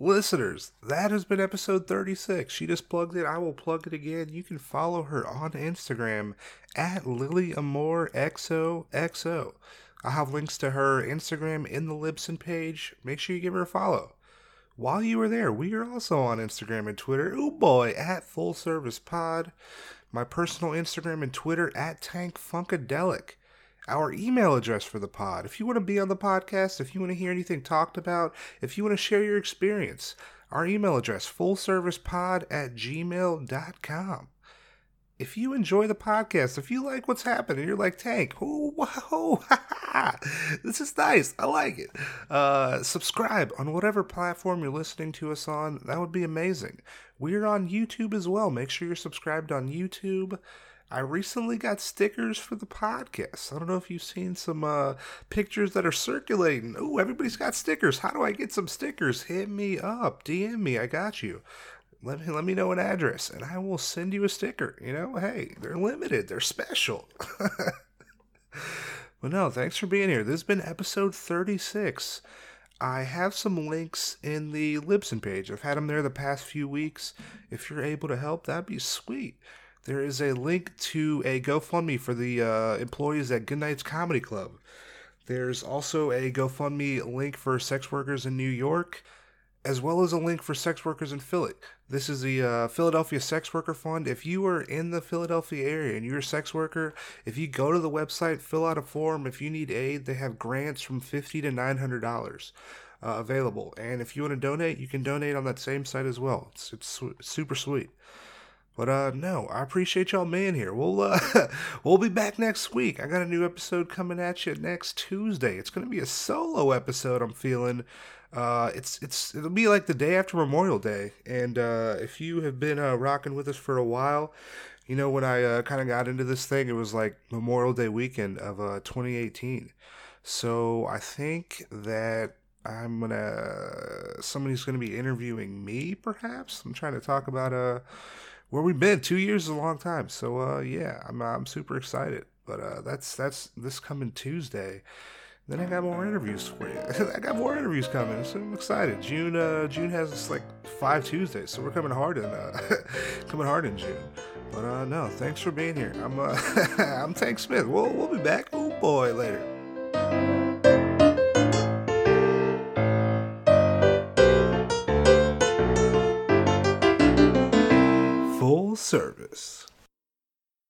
Speaker 1: Listeners, that has been episode 36. She just plugged it. I will plug it again. You can follow her on Instagram at Lily Amore XOXO. I'll have links to her Instagram in the Libsyn page. Make sure you give her a follow. While you are there, we are also on Instagram and Twitter. Oh boy, at Full Service Pod. My personal Instagram and Twitter at Tank Funkadelic. Our email address for the pod. If you want to be on the podcast, if you want to hear anything talked about, if you want to share your experience, our email address, fullservicepod at gmail.com if you enjoy the podcast, if you like what's happening, you're like Tank. Ooh, whoa, ha, ha. this is nice. I like it. Uh, subscribe on whatever platform you're listening to us on. That would be amazing. We're on YouTube as well. Make sure you're subscribed on YouTube. I recently got stickers for the podcast. I don't know if you've seen some uh, pictures that are circulating. Ooh, everybody's got stickers. How do I get some stickers? Hit me up. DM me. I got you let me let me know an address and I will send you a sticker. You know, hey, they're limited, they're special. well, no, thanks for being here. This has been episode 36. I have some links in the Libsyn page. I've had them there the past few weeks. If you're able to help, that'd be sweet. there is a link to a GoFundMe for the uh, employees at Goodnight's Comedy Club. There's also a GoFundMe link for sex workers in New York, as well as a link for sex workers in Philly. This is the uh, Philadelphia Sex Worker Fund. If you are in the Philadelphia area and you're a sex worker, if you go to the website, fill out a form. If you need aid, they have grants from fifty to nine hundred dollars uh, available. And if you want to donate, you can donate on that same site as well. It's it's su- super sweet. But uh, no, I appreciate y'all being here. We'll uh, we'll be back next week. I got a new episode coming at you next Tuesday. It's gonna be a solo episode. I'm feeling. Uh, it's it's it'll be like the day after Memorial Day. And uh, if you have been uh, rocking with us for a while, you know when I uh, kind of got into this thing, it was like Memorial Day weekend of uh, 2018. So I think that I'm gonna somebody's gonna be interviewing me. Perhaps I'm trying to talk about uh where we've been. Two years is a long time. So uh, yeah, I'm I'm super excited. But uh, that's that's this coming Tuesday. Then I got more interviews for you. I got more interviews coming, so I'm excited. June uh, June has us like five Tuesdays, so we're coming hard in uh, coming hard in June. But uh, no, thanks for being here. I'm uh, I'm Tank Smith. We'll we'll be back. Oh boy, later. Full service.